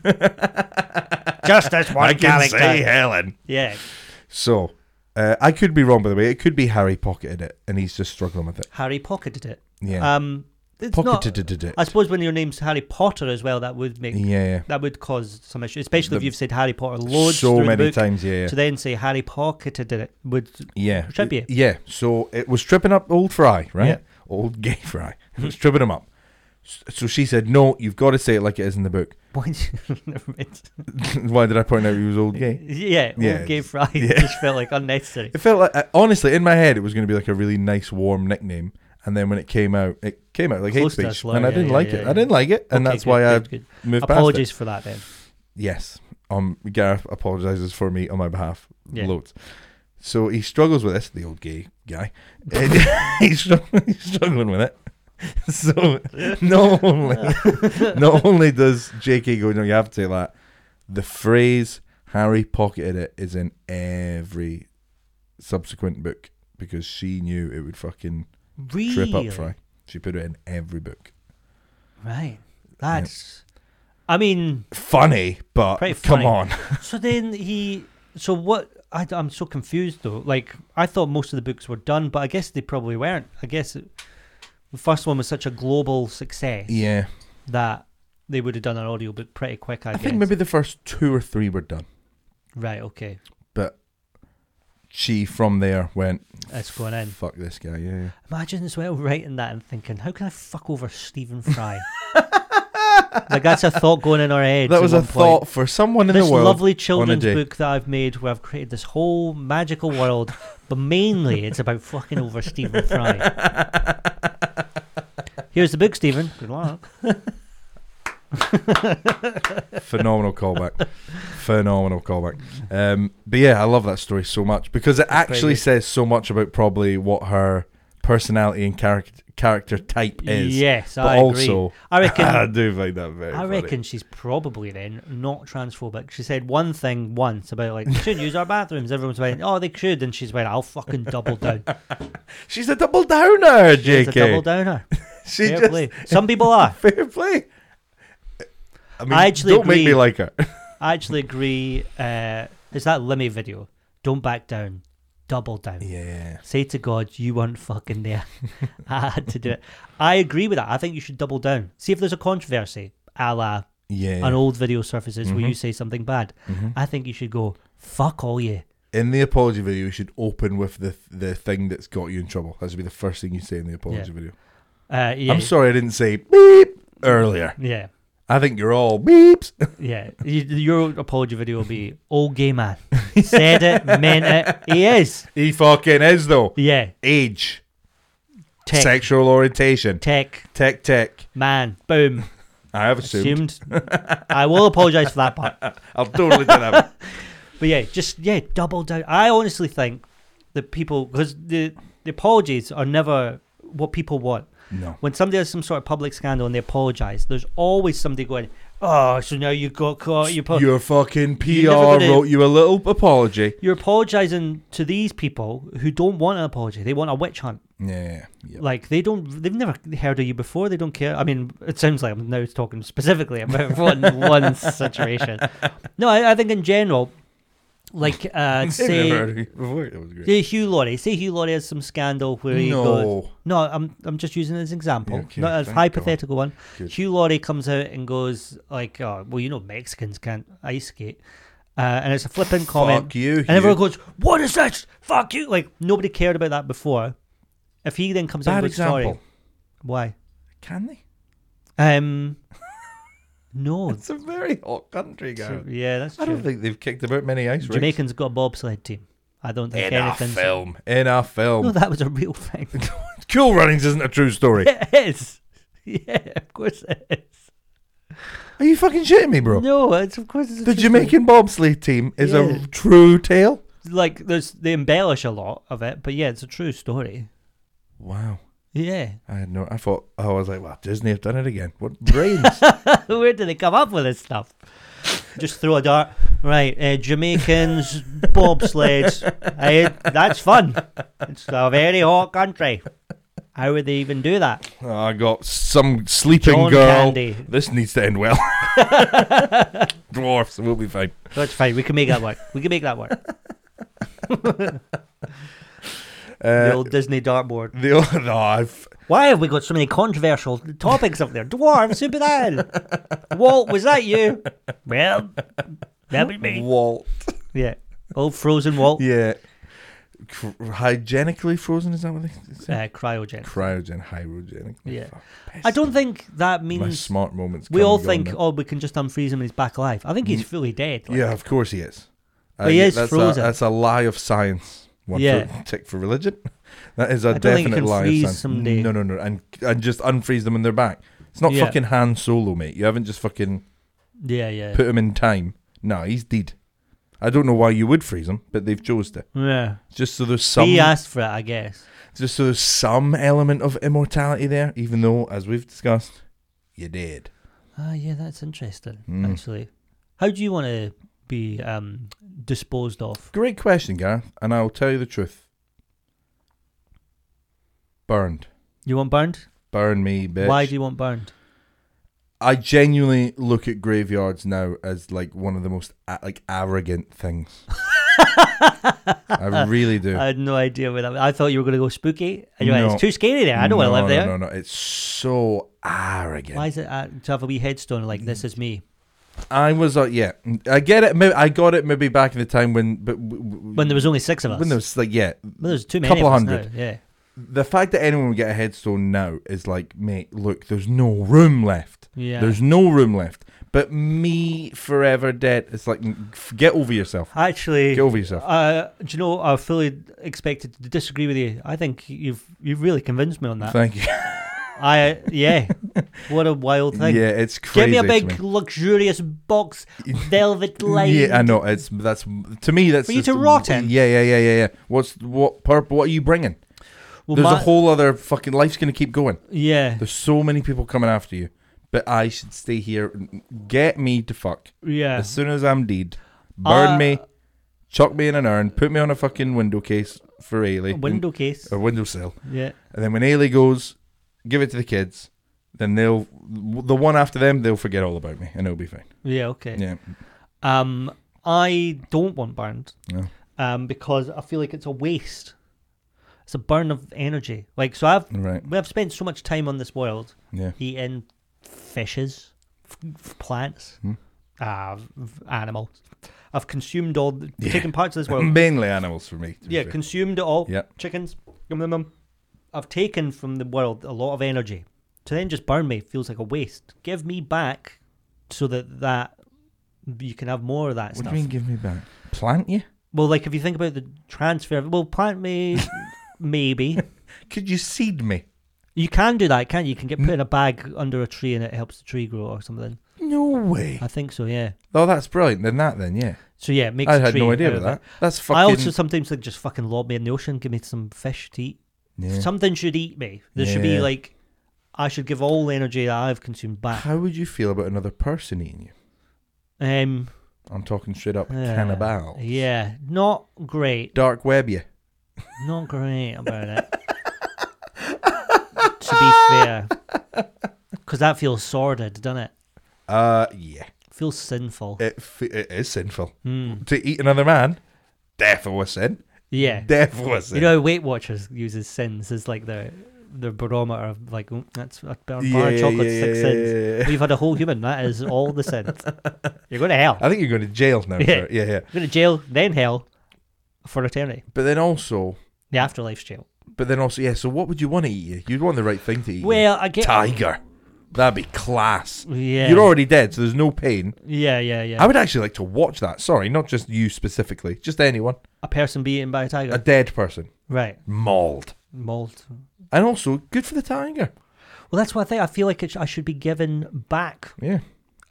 [SPEAKER 1] Just this one character.
[SPEAKER 2] Helen.
[SPEAKER 1] Yeah,
[SPEAKER 2] So, uh, I could be wrong, by the way. It could be Harry pocketed it, and he's just struggling with it.
[SPEAKER 1] Harry pocketed it.
[SPEAKER 2] Yeah,
[SPEAKER 1] Um, it's not.
[SPEAKER 2] pocketed it.
[SPEAKER 1] I suppose when your name's Harry Potter as well, that would make
[SPEAKER 2] Yeah, yeah.
[SPEAKER 1] that would cause some issue, especially if
[SPEAKER 2] The-
[SPEAKER 1] you've said Harry Potter loads
[SPEAKER 2] so
[SPEAKER 1] through the
[SPEAKER 2] many
[SPEAKER 1] book.
[SPEAKER 2] times. Yeah, yeah.
[SPEAKER 1] To then say Harry pocketed it would
[SPEAKER 2] Yeah.
[SPEAKER 1] Should be.
[SPEAKER 2] Yeah. So it was tripping up old Fry, right?
[SPEAKER 1] Yeah.
[SPEAKER 2] Old gay Fry. It was tripping him up. S- So she said, No, you've got to say it like it is in the book.
[SPEAKER 1] point. Never mind.
[SPEAKER 2] Why did I point out he was old gay?
[SPEAKER 1] yeah,
[SPEAKER 2] Yeah,
[SPEAKER 1] old gay fry
[SPEAKER 2] yeah.
[SPEAKER 1] just felt like unnecessary.
[SPEAKER 2] It felt like, I- honestly, in my head, it was going to be like a really nice, warm nickname. And then when it came out, it came out like hate
[SPEAKER 1] Close to
[SPEAKER 2] speech.
[SPEAKER 1] us, Laura,
[SPEAKER 2] and I
[SPEAKER 1] yeah,
[SPEAKER 2] didn't
[SPEAKER 1] yeah,
[SPEAKER 2] like
[SPEAKER 1] yeah,
[SPEAKER 2] it.
[SPEAKER 1] yeah.
[SPEAKER 2] I didn't like it. And
[SPEAKER 1] Okay,
[SPEAKER 2] that's
[SPEAKER 1] good,
[SPEAKER 2] why
[SPEAKER 1] good, good.
[SPEAKER 2] I moved past
[SPEAKER 1] Apologies for that then.
[SPEAKER 2] it. Yes. Um, Gareth apologizes for me on my behalf.
[SPEAKER 1] Yeah.
[SPEAKER 2] Loads. So he struggles with this, the old gay guy. he's, struggling, he's struggling with it. So not only not only does JK go, no, you have to say that. The phrase Harry pocketed it is in every subsequent book because she knew it would fucking
[SPEAKER 1] Really?
[SPEAKER 2] trip up Fry. She put it in every book.
[SPEAKER 1] Right. That's. I mean,
[SPEAKER 2] Funny, but
[SPEAKER 1] Pretty
[SPEAKER 2] come
[SPEAKER 1] funny.
[SPEAKER 2] on.
[SPEAKER 1] so then he. So what? I, am so confused though. Like I thought most of the books were done, but I guess they probably weren't. I guess it, the first one was such a global success
[SPEAKER 2] Yeah.
[SPEAKER 1] that they would have done an audiobook pretty quick. I,
[SPEAKER 2] I
[SPEAKER 1] guess.
[SPEAKER 2] think maybe the first two or three were done.
[SPEAKER 1] Right. Okay.
[SPEAKER 2] But she from there went
[SPEAKER 1] It's going in.
[SPEAKER 2] Fuck this guy, yeah. yeah.
[SPEAKER 1] Imagine as well writing that and thinking, how can I fuck over Stephen Fry? like that's a thought going in our heads.
[SPEAKER 2] That
[SPEAKER 1] at
[SPEAKER 2] was a
[SPEAKER 1] one point.
[SPEAKER 2] thought for someone in
[SPEAKER 1] this
[SPEAKER 2] the world.
[SPEAKER 1] lovely children's
[SPEAKER 2] day.
[SPEAKER 1] book that I've made, where I've created this whole magical world, but mainly it's about fucking over Stephen Fry. Here's the book, Stephen. Good luck.
[SPEAKER 2] Phenomenal callback. Phenomenal callback. Um, but yeah, I love that story so much because it
[SPEAKER 1] pretty
[SPEAKER 2] actually
[SPEAKER 1] good.
[SPEAKER 2] says so much about probably what her personality and character character type is.
[SPEAKER 1] yes,
[SPEAKER 2] but
[SPEAKER 1] I agree.
[SPEAKER 2] also
[SPEAKER 1] I
[SPEAKER 2] I
[SPEAKER 1] reckon.
[SPEAKER 2] do find that very.
[SPEAKER 1] I
[SPEAKER 2] funny.
[SPEAKER 1] reckon she's probably then not transphobic. She said one thing once about like they should use our bathrooms. Everyone's went, oh, they should, and she's went, I'll fucking double down.
[SPEAKER 2] she's a double downer,
[SPEAKER 1] It's a double
[SPEAKER 2] JK.
[SPEAKER 1] downer.
[SPEAKER 2] She
[SPEAKER 1] fair
[SPEAKER 2] just
[SPEAKER 1] play. Some people are.
[SPEAKER 2] fair play. I mean,
[SPEAKER 1] I actually
[SPEAKER 2] don't make me
[SPEAKER 1] agree.
[SPEAKER 2] like her.
[SPEAKER 1] I actually agree. Uh, it's that Lemmy video. Don't back down. Double down.
[SPEAKER 2] yeah,
[SPEAKER 1] Say to God, you weren't fucking there. I had to do it. I agree with that. I think you should double down. See if there's a controversy, a la
[SPEAKER 2] yeah.
[SPEAKER 1] an old video surfaces where you
[SPEAKER 2] Mhm.
[SPEAKER 1] say something bad.
[SPEAKER 2] Mhm.
[SPEAKER 1] I think you should go, fuck all you.
[SPEAKER 2] In the apology video, you should open with the the thing that's got you in trouble. That should be the first thing you say in the apology
[SPEAKER 1] Yeah.
[SPEAKER 2] video.
[SPEAKER 1] Uh, yeah.
[SPEAKER 2] I'm sorry I didn't say beep earlier.
[SPEAKER 1] Yeah.
[SPEAKER 2] I think you're all beeps.
[SPEAKER 1] Yeah. You, your apology video will be, old gay man. Said it, meant it. He is.
[SPEAKER 2] he fucking is though.
[SPEAKER 1] Yeah.
[SPEAKER 2] Age,
[SPEAKER 1] Tech.
[SPEAKER 2] sexual orientation,
[SPEAKER 1] Tech.
[SPEAKER 2] tech tech.
[SPEAKER 1] Man. Boom.
[SPEAKER 2] I have assumed.
[SPEAKER 1] assumed. I will apologise for that part.
[SPEAKER 2] I'll totally do that.
[SPEAKER 1] But yeah, just yeah, double down. I honestly think that people because the, the apologies are never what people want.
[SPEAKER 2] No.
[SPEAKER 1] When somebody has some sort of public scandal and they apologise, there's always somebody going, "Oh, so now you got caught. You apo-
[SPEAKER 2] Your fucking PR
[SPEAKER 1] You're never gonna-
[SPEAKER 2] wrote you a little apology.
[SPEAKER 1] you're apologising to these people who don't want an apology. They want a witch hunt.
[SPEAKER 2] Yeah. yeah.
[SPEAKER 1] Like they don't, they've never heard of you before. They don't care. I mean, it sounds like I'm now talking specifically about one one situation. No, I, I think in general, like uh,
[SPEAKER 2] I've never
[SPEAKER 1] say,
[SPEAKER 2] heard of it before. That was great.
[SPEAKER 1] say Hugh Laurie, say Hugh Laurie has some scandal where he goes.
[SPEAKER 2] No.
[SPEAKER 1] No, I'm I'm just using it as an example,
[SPEAKER 2] Yeah, okay,
[SPEAKER 1] not a
[SPEAKER 2] thank
[SPEAKER 1] hypothetical one.
[SPEAKER 2] Good.
[SPEAKER 1] Hugh Laurie comes out and goes like, oh, "Well, you know, Mexicans can't ice skate," uh, and it's a flippant comment.
[SPEAKER 2] Fuck you.
[SPEAKER 1] And everyone
[SPEAKER 2] Hugh.
[SPEAKER 1] goes, "What is this? Fuck you!" Like nobody cared about that before. If he then comes out
[SPEAKER 2] Bad
[SPEAKER 1] and goes,
[SPEAKER 2] example.
[SPEAKER 1] "Sorry, why?"
[SPEAKER 2] Can they?
[SPEAKER 1] Um, No.
[SPEAKER 2] It's a very hot country,
[SPEAKER 1] so-
[SPEAKER 2] Gareth.
[SPEAKER 1] yeah, that's
[SPEAKER 2] I
[SPEAKER 1] true.
[SPEAKER 2] don't think they've kicked about many ice rinks.
[SPEAKER 1] Jamaican's got a bobsled team. I don't think
[SPEAKER 2] In a
[SPEAKER 1] anything's.
[SPEAKER 2] film. In a film.
[SPEAKER 1] No, that was a real thing.
[SPEAKER 2] cool Runnings isn't a true story.
[SPEAKER 1] it is. Yeah, of course it is.
[SPEAKER 2] Are you fucking shitting me, bro?
[SPEAKER 1] No, it's of course it's a
[SPEAKER 2] The
[SPEAKER 1] true
[SPEAKER 2] Jamaican bobsleigh team is
[SPEAKER 1] Yeah.
[SPEAKER 2] a true tale.
[SPEAKER 1] story. Like there's they embellish a lot of it, but yeah, it's a true story.
[SPEAKER 2] Wow.
[SPEAKER 1] Yeah.
[SPEAKER 2] I had no. I thought. I was like, "Wow, Disney have done it again." What brains?
[SPEAKER 1] Where do they come up with this stuff? Just throw a dart. Right, uh, Jamaicans, bobsleds. Eh, that's fun. It's a very hot country. How would they even do that?
[SPEAKER 2] Oh, I got some sleeping
[SPEAKER 1] John
[SPEAKER 2] girl.
[SPEAKER 1] Candy.
[SPEAKER 2] This needs to end well. Dwarfs, we'll be fine.
[SPEAKER 1] That's fine. We can make that work. We can make that work. the
[SPEAKER 2] Uh,
[SPEAKER 1] old Disney dartboard.
[SPEAKER 2] the o- no, I've,
[SPEAKER 1] Why have we got so many controversial topics up there? Dwarves, who be that? Walt, was that you? Well, that was me.
[SPEAKER 2] Walt.
[SPEAKER 1] Yeah. Old frozen Walt.
[SPEAKER 2] Yeah, Cr- hygienically frozen is that what they say?
[SPEAKER 1] Uh, cryogenic.
[SPEAKER 2] Cryogen, hydrogenic.
[SPEAKER 1] Yeah.
[SPEAKER 2] Fuck,
[SPEAKER 1] I don't think that
[SPEAKER 2] My
[SPEAKER 1] means
[SPEAKER 2] smart moments.
[SPEAKER 1] we
[SPEAKER 2] come
[SPEAKER 1] all
[SPEAKER 2] and go
[SPEAKER 1] think,
[SPEAKER 2] now.
[SPEAKER 1] oh, we can just unfreeze him and he's back alive. I think he's fully dead. like-
[SPEAKER 2] Mm. yeah, of course he is.
[SPEAKER 1] But he
[SPEAKER 2] yeah,
[SPEAKER 1] is
[SPEAKER 2] that's
[SPEAKER 1] frozen.
[SPEAKER 2] A, that's a lie of science. One
[SPEAKER 1] Yeah.
[SPEAKER 2] for, tick for religion. That is a
[SPEAKER 1] don't think you
[SPEAKER 2] definite
[SPEAKER 1] can
[SPEAKER 2] lie
[SPEAKER 1] freeze
[SPEAKER 2] of science.
[SPEAKER 1] somebody.
[SPEAKER 2] No, no, no, and and just unfreeze them in their back. It's not
[SPEAKER 1] Yeah.
[SPEAKER 2] fucking Han Solo, mate. You haven't just fucking
[SPEAKER 1] Yeah, yeah.
[SPEAKER 2] put him in time. No, he's dead. I don't know why you would freeze him, but they've chose to.
[SPEAKER 1] yeah.
[SPEAKER 2] Just so there's some,
[SPEAKER 1] He asked for it, I guess.
[SPEAKER 2] just so there's some element of immortality there, even though, as we've discussed, you're dead.
[SPEAKER 1] Ah, yeah, that's interesting,
[SPEAKER 2] Mm.
[SPEAKER 1] actually. How do you want to be um, disposed of?
[SPEAKER 2] Great question, Gareth, and I will tell you the truth. Burned,
[SPEAKER 1] You want burned?
[SPEAKER 2] burn me, bitch.
[SPEAKER 1] Why do you want burned?
[SPEAKER 2] I genuinely look at graveyards now as like one of the most a- like arrogant things. I really do.
[SPEAKER 1] I had no idea where that. I thought you were going to go spooky. And you're like,
[SPEAKER 2] No.
[SPEAKER 1] it's too scary there. I don't want to
[SPEAKER 2] No,
[SPEAKER 1] live
[SPEAKER 2] no,
[SPEAKER 1] there.
[SPEAKER 2] No, no, It's so arrogant.
[SPEAKER 1] Why is it uh, to have a wee headstone like this is me?
[SPEAKER 2] I was uh, yeah. I get it. Maybe, I got it. Maybe back in the time when, but w- w-
[SPEAKER 1] When there was only six of us.
[SPEAKER 2] when there was like yeah,
[SPEAKER 1] Well, there's too many.
[SPEAKER 2] couple
[SPEAKER 1] of us
[SPEAKER 2] hundred.
[SPEAKER 1] now, Yeah.
[SPEAKER 2] the fact that anyone would get a headstone now is like, mate, look, there's no room left.
[SPEAKER 1] Yeah.
[SPEAKER 2] There's no room left. But me forever dead. It's like, f- get over yourself.
[SPEAKER 1] Actually,
[SPEAKER 2] Get over yourself.
[SPEAKER 1] Uh, do you know? I fully expected to disagree with you. I think you've you've really convinced me on that.
[SPEAKER 2] Thank you.
[SPEAKER 1] I yeah, what a wild thing.
[SPEAKER 2] Yeah, it's
[SPEAKER 1] Give
[SPEAKER 2] crazy.
[SPEAKER 1] me a
[SPEAKER 2] to
[SPEAKER 1] big luxurious box, velvet lined.
[SPEAKER 2] Yeah, I know. It's that's to me. That's
[SPEAKER 1] For you
[SPEAKER 2] just-
[SPEAKER 1] to rot in.
[SPEAKER 2] Yeah, yeah, yeah, yeah, yeah. What's what purp? What are you bringing?
[SPEAKER 1] Well,
[SPEAKER 2] There's
[SPEAKER 1] my-
[SPEAKER 2] a whole other fucking life's gonna keep going.
[SPEAKER 1] Yeah,
[SPEAKER 2] There's so many people coming after you, but I should stay here. and Get me to fuck
[SPEAKER 1] yeah.
[SPEAKER 2] as soon as I'm dead. Burn
[SPEAKER 1] Uh,
[SPEAKER 2] me, chuck me in an urn, put me on a fucking window case for Ailey,
[SPEAKER 1] Window case.
[SPEAKER 2] or windowsill,
[SPEAKER 1] Yeah.
[SPEAKER 2] and then when Ailey goes, give it to the kids. Then they'll the one after them. They'll forget all about me, and it'll be fine.
[SPEAKER 1] Yeah. Okay.
[SPEAKER 2] Yeah,
[SPEAKER 1] Um, I don't want burned.
[SPEAKER 2] No.
[SPEAKER 1] Um, because I feel like it's a waste. It's a burn of energy. Like so, I've
[SPEAKER 2] right.
[SPEAKER 1] we have spent so much time on this world
[SPEAKER 2] Yeah.
[SPEAKER 1] eating fishes, f- f- plants,
[SPEAKER 2] Hmm.
[SPEAKER 1] uh, v- animals. I've consumed all, the,
[SPEAKER 2] Yeah.
[SPEAKER 1] taken parts of this world.
[SPEAKER 2] Mainly animals for me. to be
[SPEAKER 1] yeah,
[SPEAKER 2] fair.
[SPEAKER 1] consumed it all.
[SPEAKER 2] Yeah.
[SPEAKER 1] Chickens. Yum, yum, yum. I've taken from the world a lot of energy. To then just burn me feels like a waste. Give me back, so that that you can have more of that
[SPEAKER 2] What
[SPEAKER 1] stuff.
[SPEAKER 2] do you mean give me back? Plant you?
[SPEAKER 1] Well, like if you think about the transfer, well, plant me, maybe.
[SPEAKER 2] Could you seed me?
[SPEAKER 1] You can do that, can't you? You can get put in a bag under a tree and it helps the tree grow or something.
[SPEAKER 2] No way.
[SPEAKER 1] I think so, yeah.
[SPEAKER 2] Oh, that's brilliant. Then that, then yeah.
[SPEAKER 1] So yeah, it makes
[SPEAKER 2] I
[SPEAKER 1] a
[SPEAKER 2] had
[SPEAKER 1] tree
[SPEAKER 2] no idea
[SPEAKER 1] out
[SPEAKER 2] about
[SPEAKER 1] of
[SPEAKER 2] that.
[SPEAKER 1] it.
[SPEAKER 2] That's fucking.
[SPEAKER 1] I also sometimes like just fucking lob me in the ocean, give me some fish to eat.
[SPEAKER 2] Yeah.
[SPEAKER 1] Something should eat me. There should be
[SPEAKER 2] Yeah.
[SPEAKER 1] like, I should give all the energy that I've consumed back.
[SPEAKER 2] How would you feel about another person eating you?
[SPEAKER 1] Um,
[SPEAKER 2] I'm talking straight up
[SPEAKER 1] yeah.
[SPEAKER 2] cannibal.
[SPEAKER 1] Yeah, not great.
[SPEAKER 2] Dark web you.
[SPEAKER 1] Not great about it. to be fair, because that feels sordid, doesn't it?
[SPEAKER 2] Uh, yeah.
[SPEAKER 1] feels sinful.
[SPEAKER 2] It, f- it is sinful
[SPEAKER 1] Hmm.
[SPEAKER 2] to eat another man. Definitely a sin.
[SPEAKER 1] Yeah,
[SPEAKER 2] Definitely a sin.
[SPEAKER 1] you know, Weight Watchers uses sins as like their their barometer of like "Mm, that's a bar
[SPEAKER 2] Yeah,
[SPEAKER 1] bar of
[SPEAKER 2] yeah,
[SPEAKER 1] chocolate
[SPEAKER 2] yeah,
[SPEAKER 1] six
[SPEAKER 2] yeah,
[SPEAKER 1] sins.
[SPEAKER 2] yeah, yeah.
[SPEAKER 1] We've had a whole human. That is all the sins. You're going to hell.
[SPEAKER 2] I think you're going to jail now.
[SPEAKER 1] Yeah.
[SPEAKER 2] Yeah. yeah, yeah.
[SPEAKER 1] You're going to jail, then hell, for eternity.
[SPEAKER 2] But then also,
[SPEAKER 1] The afterlife's jail.
[SPEAKER 2] but then also, yeah. So what would you want to eat you? You'd want the right thing to eat. you.
[SPEAKER 1] Well, I get
[SPEAKER 2] tiger. That'd be class.
[SPEAKER 1] Yeah.
[SPEAKER 2] You're already dead, so there's no pain.
[SPEAKER 1] Yeah, yeah, yeah.
[SPEAKER 2] I would actually like to watch that. Sorry, not just you specifically, just anyone.
[SPEAKER 1] a person be eaten by a tiger.
[SPEAKER 2] A dead person
[SPEAKER 1] right.
[SPEAKER 2] mauled,
[SPEAKER 1] Mold.
[SPEAKER 2] and also good for the tiger.
[SPEAKER 1] Well, that's what I think. I feel like it sh- I should be given back.
[SPEAKER 2] Yeah.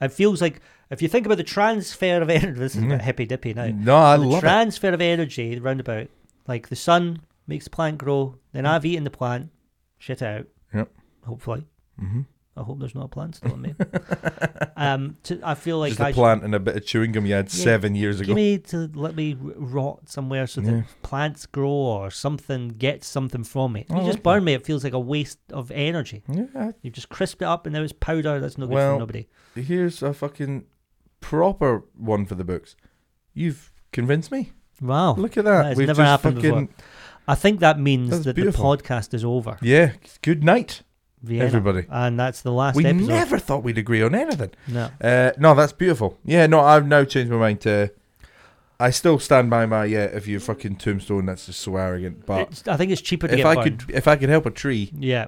[SPEAKER 1] It feels like if you think about the transfer of energy, this is a bit
[SPEAKER 2] Mm-hmm.
[SPEAKER 1] hippy dippy now.
[SPEAKER 2] No, I
[SPEAKER 1] the
[SPEAKER 2] love it.
[SPEAKER 1] transfer of energy roundabout. Like the sun makes the plant grow, then I've eaten the plant, shit it out.
[SPEAKER 2] Mm. Yep.
[SPEAKER 1] Hopefully.
[SPEAKER 2] Mm-hmm.
[SPEAKER 1] I hope there's not a plant still in me. um, to, I feel like
[SPEAKER 2] just
[SPEAKER 1] I
[SPEAKER 2] a
[SPEAKER 1] should-
[SPEAKER 2] plant and a bit of chewing gum you had
[SPEAKER 1] Yeah.
[SPEAKER 2] seven years
[SPEAKER 1] give
[SPEAKER 2] ago.
[SPEAKER 1] me to let me r- rot somewhere so that
[SPEAKER 2] Yeah.
[SPEAKER 1] plants grow or something gets something from me. If
[SPEAKER 2] I
[SPEAKER 1] you
[SPEAKER 2] like
[SPEAKER 1] just burn me, it feels like a waste of energy.
[SPEAKER 2] yeah,
[SPEAKER 1] You've just crisped it up and now it's powder. That's no good
[SPEAKER 2] Well,
[SPEAKER 1] for nobody.
[SPEAKER 2] here's a fucking proper one for the books. You've convinced me.
[SPEAKER 1] Wow.
[SPEAKER 2] Look at
[SPEAKER 1] That
[SPEAKER 2] that.
[SPEAKER 1] has never happened I think that means
[SPEAKER 2] That's
[SPEAKER 1] that
[SPEAKER 2] beautiful.
[SPEAKER 1] the podcast is over.
[SPEAKER 2] Yeah. Good night,
[SPEAKER 1] Vienna.
[SPEAKER 2] everybody.
[SPEAKER 1] And that's the last
[SPEAKER 2] We
[SPEAKER 1] episode.
[SPEAKER 2] never thought we'd agree on anything.
[SPEAKER 1] No.
[SPEAKER 2] Uh, no, that's beautiful. Yeah, no, I've now changed my mind to. I still stand by my yeah. If you fucking tombstone, that's just so arrogant. But
[SPEAKER 1] It's- I think it's cheaper to
[SPEAKER 2] if
[SPEAKER 1] get
[SPEAKER 2] I
[SPEAKER 1] burned.
[SPEAKER 2] could, if I could help a tree
[SPEAKER 1] Yeah.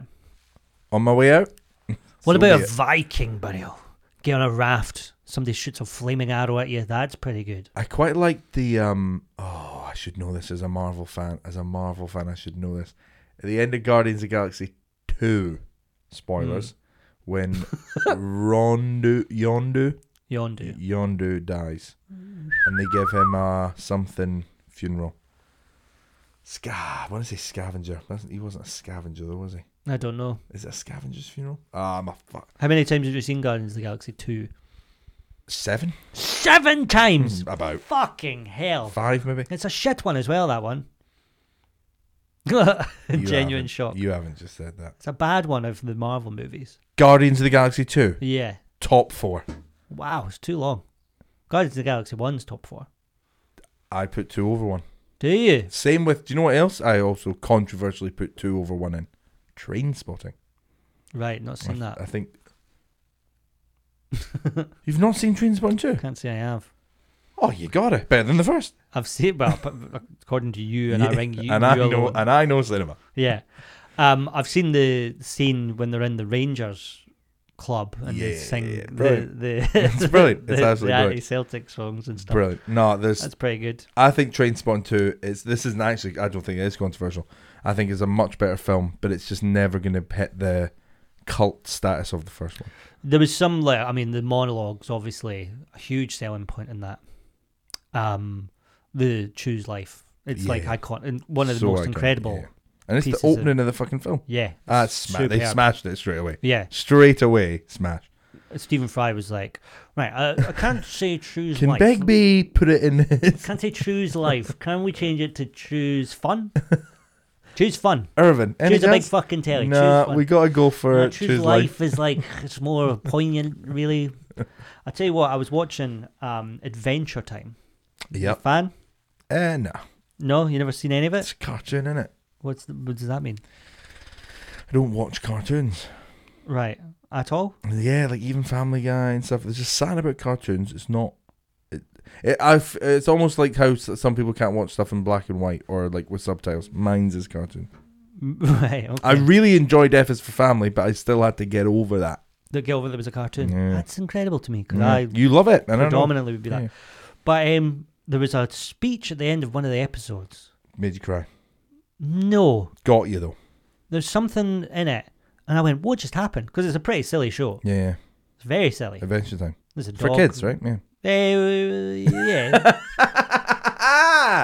[SPEAKER 2] on my way out.
[SPEAKER 1] What
[SPEAKER 2] so
[SPEAKER 1] about
[SPEAKER 2] be
[SPEAKER 1] a
[SPEAKER 2] it.
[SPEAKER 1] Viking burial? Get on a raft. Somebody shoots a flaming arrow at you. That's pretty good.
[SPEAKER 2] I quite like the um. Oh, I should know this as a Marvel fan. As a Marvel fan, I should know this. At the end of Guardians of the Galaxy two, spoilers,
[SPEAKER 1] Hmm.
[SPEAKER 2] when Rondu Yondu
[SPEAKER 1] Yondu.
[SPEAKER 2] Yondu dies,
[SPEAKER 1] Mm.
[SPEAKER 2] and they give him a something funeral. Scar. I want to say scavenger. That's- he wasn't a scavenger though, was he?
[SPEAKER 1] I don't know.
[SPEAKER 2] Is it a scavenger's funeral? Ah, my fuck.
[SPEAKER 1] How many times have you seen Guardians of the Galaxy 2?
[SPEAKER 2] Seven.
[SPEAKER 1] Seven times!
[SPEAKER 2] About
[SPEAKER 1] Fucking hell.
[SPEAKER 2] five, maybe.
[SPEAKER 1] It's a shit one as well, that one.
[SPEAKER 2] You
[SPEAKER 1] Genuine
[SPEAKER 2] haven't-
[SPEAKER 1] shock.
[SPEAKER 2] You haven't just said that.
[SPEAKER 1] It's a bad one of the Marvel movies.
[SPEAKER 2] Guardians of the Galaxy two.
[SPEAKER 1] Yeah.
[SPEAKER 2] Top four.
[SPEAKER 1] Wow, it's too long. Guardians of the Galaxy 1's top four.
[SPEAKER 2] I put two over one.
[SPEAKER 1] Do you?
[SPEAKER 2] Same with, do you know what else? I also controversially put two over one in train spotting.
[SPEAKER 1] Right, not seen
[SPEAKER 2] I,
[SPEAKER 1] that.
[SPEAKER 2] I think. You've not seen Train Spotting 2?
[SPEAKER 1] Can't say I have.
[SPEAKER 2] Oh, you got it. Better than the first.
[SPEAKER 1] I've seen, well, p- according to you, and I
[SPEAKER 2] Yeah,
[SPEAKER 1] ring you.
[SPEAKER 2] and
[SPEAKER 1] you
[SPEAKER 2] I know,
[SPEAKER 1] alone.
[SPEAKER 2] and I know cinema.
[SPEAKER 1] Yeah. Um, I've seen the scene when they're in the Rangers club and they
[SPEAKER 2] Yeah,
[SPEAKER 1] sing
[SPEAKER 2] yeah,
[SPEAKER 1] the,
[SPEAKER 2] brilliant.
[SPEAKER 1] the,
[SPEAKER 2] It's brilliant.
[SPEAKER 1] the,
[SPEAKER 2] It's absolutely
[SPEAKER 1] the
[SPEAKER 2] brilliant.
[SPEAKER 1] anti-Celtic songs and stuff.
[SPEAKER 2] Brilliant. No, there's.
[SPEAKER 1] That's pretty good.
[SPEAKER 2] I think Train Spotting 2 is. This isn't actually. I don't think it is controversial. I think it's a much better film, but it's just never going to hit the cult status of the first one.
[SPEAKER 1] There was some, like, I mean, the monologues, obviously, a huge selling point in that. Um, the choose life. It's like
[SPEAKER 2] Yeah.
[SPEAKER 1] icon, and one of the
[SPEAKER 2] So
[SPEAKER 1] most
[SPEAKER 2] iconic,
[SPEAKER 1] incredible.
[SPEAKER 2] yeah. And it's the
[SPEAKER 1] pieces of-
[SPEAKER 2] opening of, the fucking film.
[SPEAKER 1] Yeah.
[SPEAKER 2] Ah,
[SPEAKER 1] it's
[SPEAKER 2] sma- they
[SPEAKER 1] superb.
[SPEAKER 2] smashed it straight away.
[SPEAKER 1] Yeah.
[SPEAKER 2] Straight away, smash.
[SPEAKER 1] Stephen Fry was like, right, I, I can't say choose
[SPEAKER 2] Can
[SPEAKER 1] life.
[SPEAKER 2] Begbie put it in his
[SPEAKER 1] Can't say choose life. Can we change it to choose fun? choose fun.
[SPEAKER 2] Irvin? Any
[SPEAKER 1] choose a big
[SPEAKER 2] chance?
[SPEAKER 1] fucking telly. choose
[SPEAKER 2] Nah,
[SPEAKER 1] fun.
[SPEAKER 2] we gotta go for
[SPEAKER 1] No,
[SPEAKER 2] it.
[SPEAKER 1] choose,
[SPEAKER 2] choose
[SPEAKER 1] life,
[SPEAKER 2] life.
[SPEAKER 1] is like it's more poignant, really. I tell you what, I was watching um, Adventure Time. You a
[SPEAKER 2] Yep.
[SPEAKER 1] fan?
[SPEAKER 2] Eh, no,
[SPEAKER 1] No, you never seen any of
[SPEAKER 2] it's
[SPEAKER 1] it.
[SPEAKER 2] a cartoon, is it?
[SPEAKER 1] What's the, what does that mean?
[SPEAKER 2] I don't watch cartoons.
[SPEAKER 1] Right, at all?
[SPEAKER 2] Yeah, like even Family Guy and stuff. There's just sad about cartoons. It's not. It, it, I've, it's almost like how s- some people can't watch stuff in black and white or like with subtitles. Mine's is cartoon.
[SPEAKER 1] right. Okay.
[SPEAKER 2] I really enjoyed F is for Family, but I still had to get over that.
[SPEAKER 1] the girl that was a cartoon.
[SPEAKER 2] Yeah.
[SPEAKER 1] That's incredible to me because
[SPEAKER 2] Yeah.
[SPEAKER 1] I
[SPEAKER 2] you love it. I don't know.
[SPEAKER 1] predominantly would be that.
[SPEAKER 2] Yeah.
[SPEAKER 1] But um, there was a speech at the end of one of the episodes.
[SPEAKER 2] Made you cry.
[SPEAKER 1] No,
[SPEAKER 2] Got you though.
[SPEAKER 1] there's something in it. And I went, what just happened? Because it's a pretty silly show.
[SPEAKER 2] Yeah, yeah.
[SPEAKER 1] It's very silly.
[SPEAKER 2] Adventure Time
[SPEAKER 1] There's a dog.
[SPEAKER 2] for kids, right? Yeah.
[SPEAKER 1] Eh, yeah.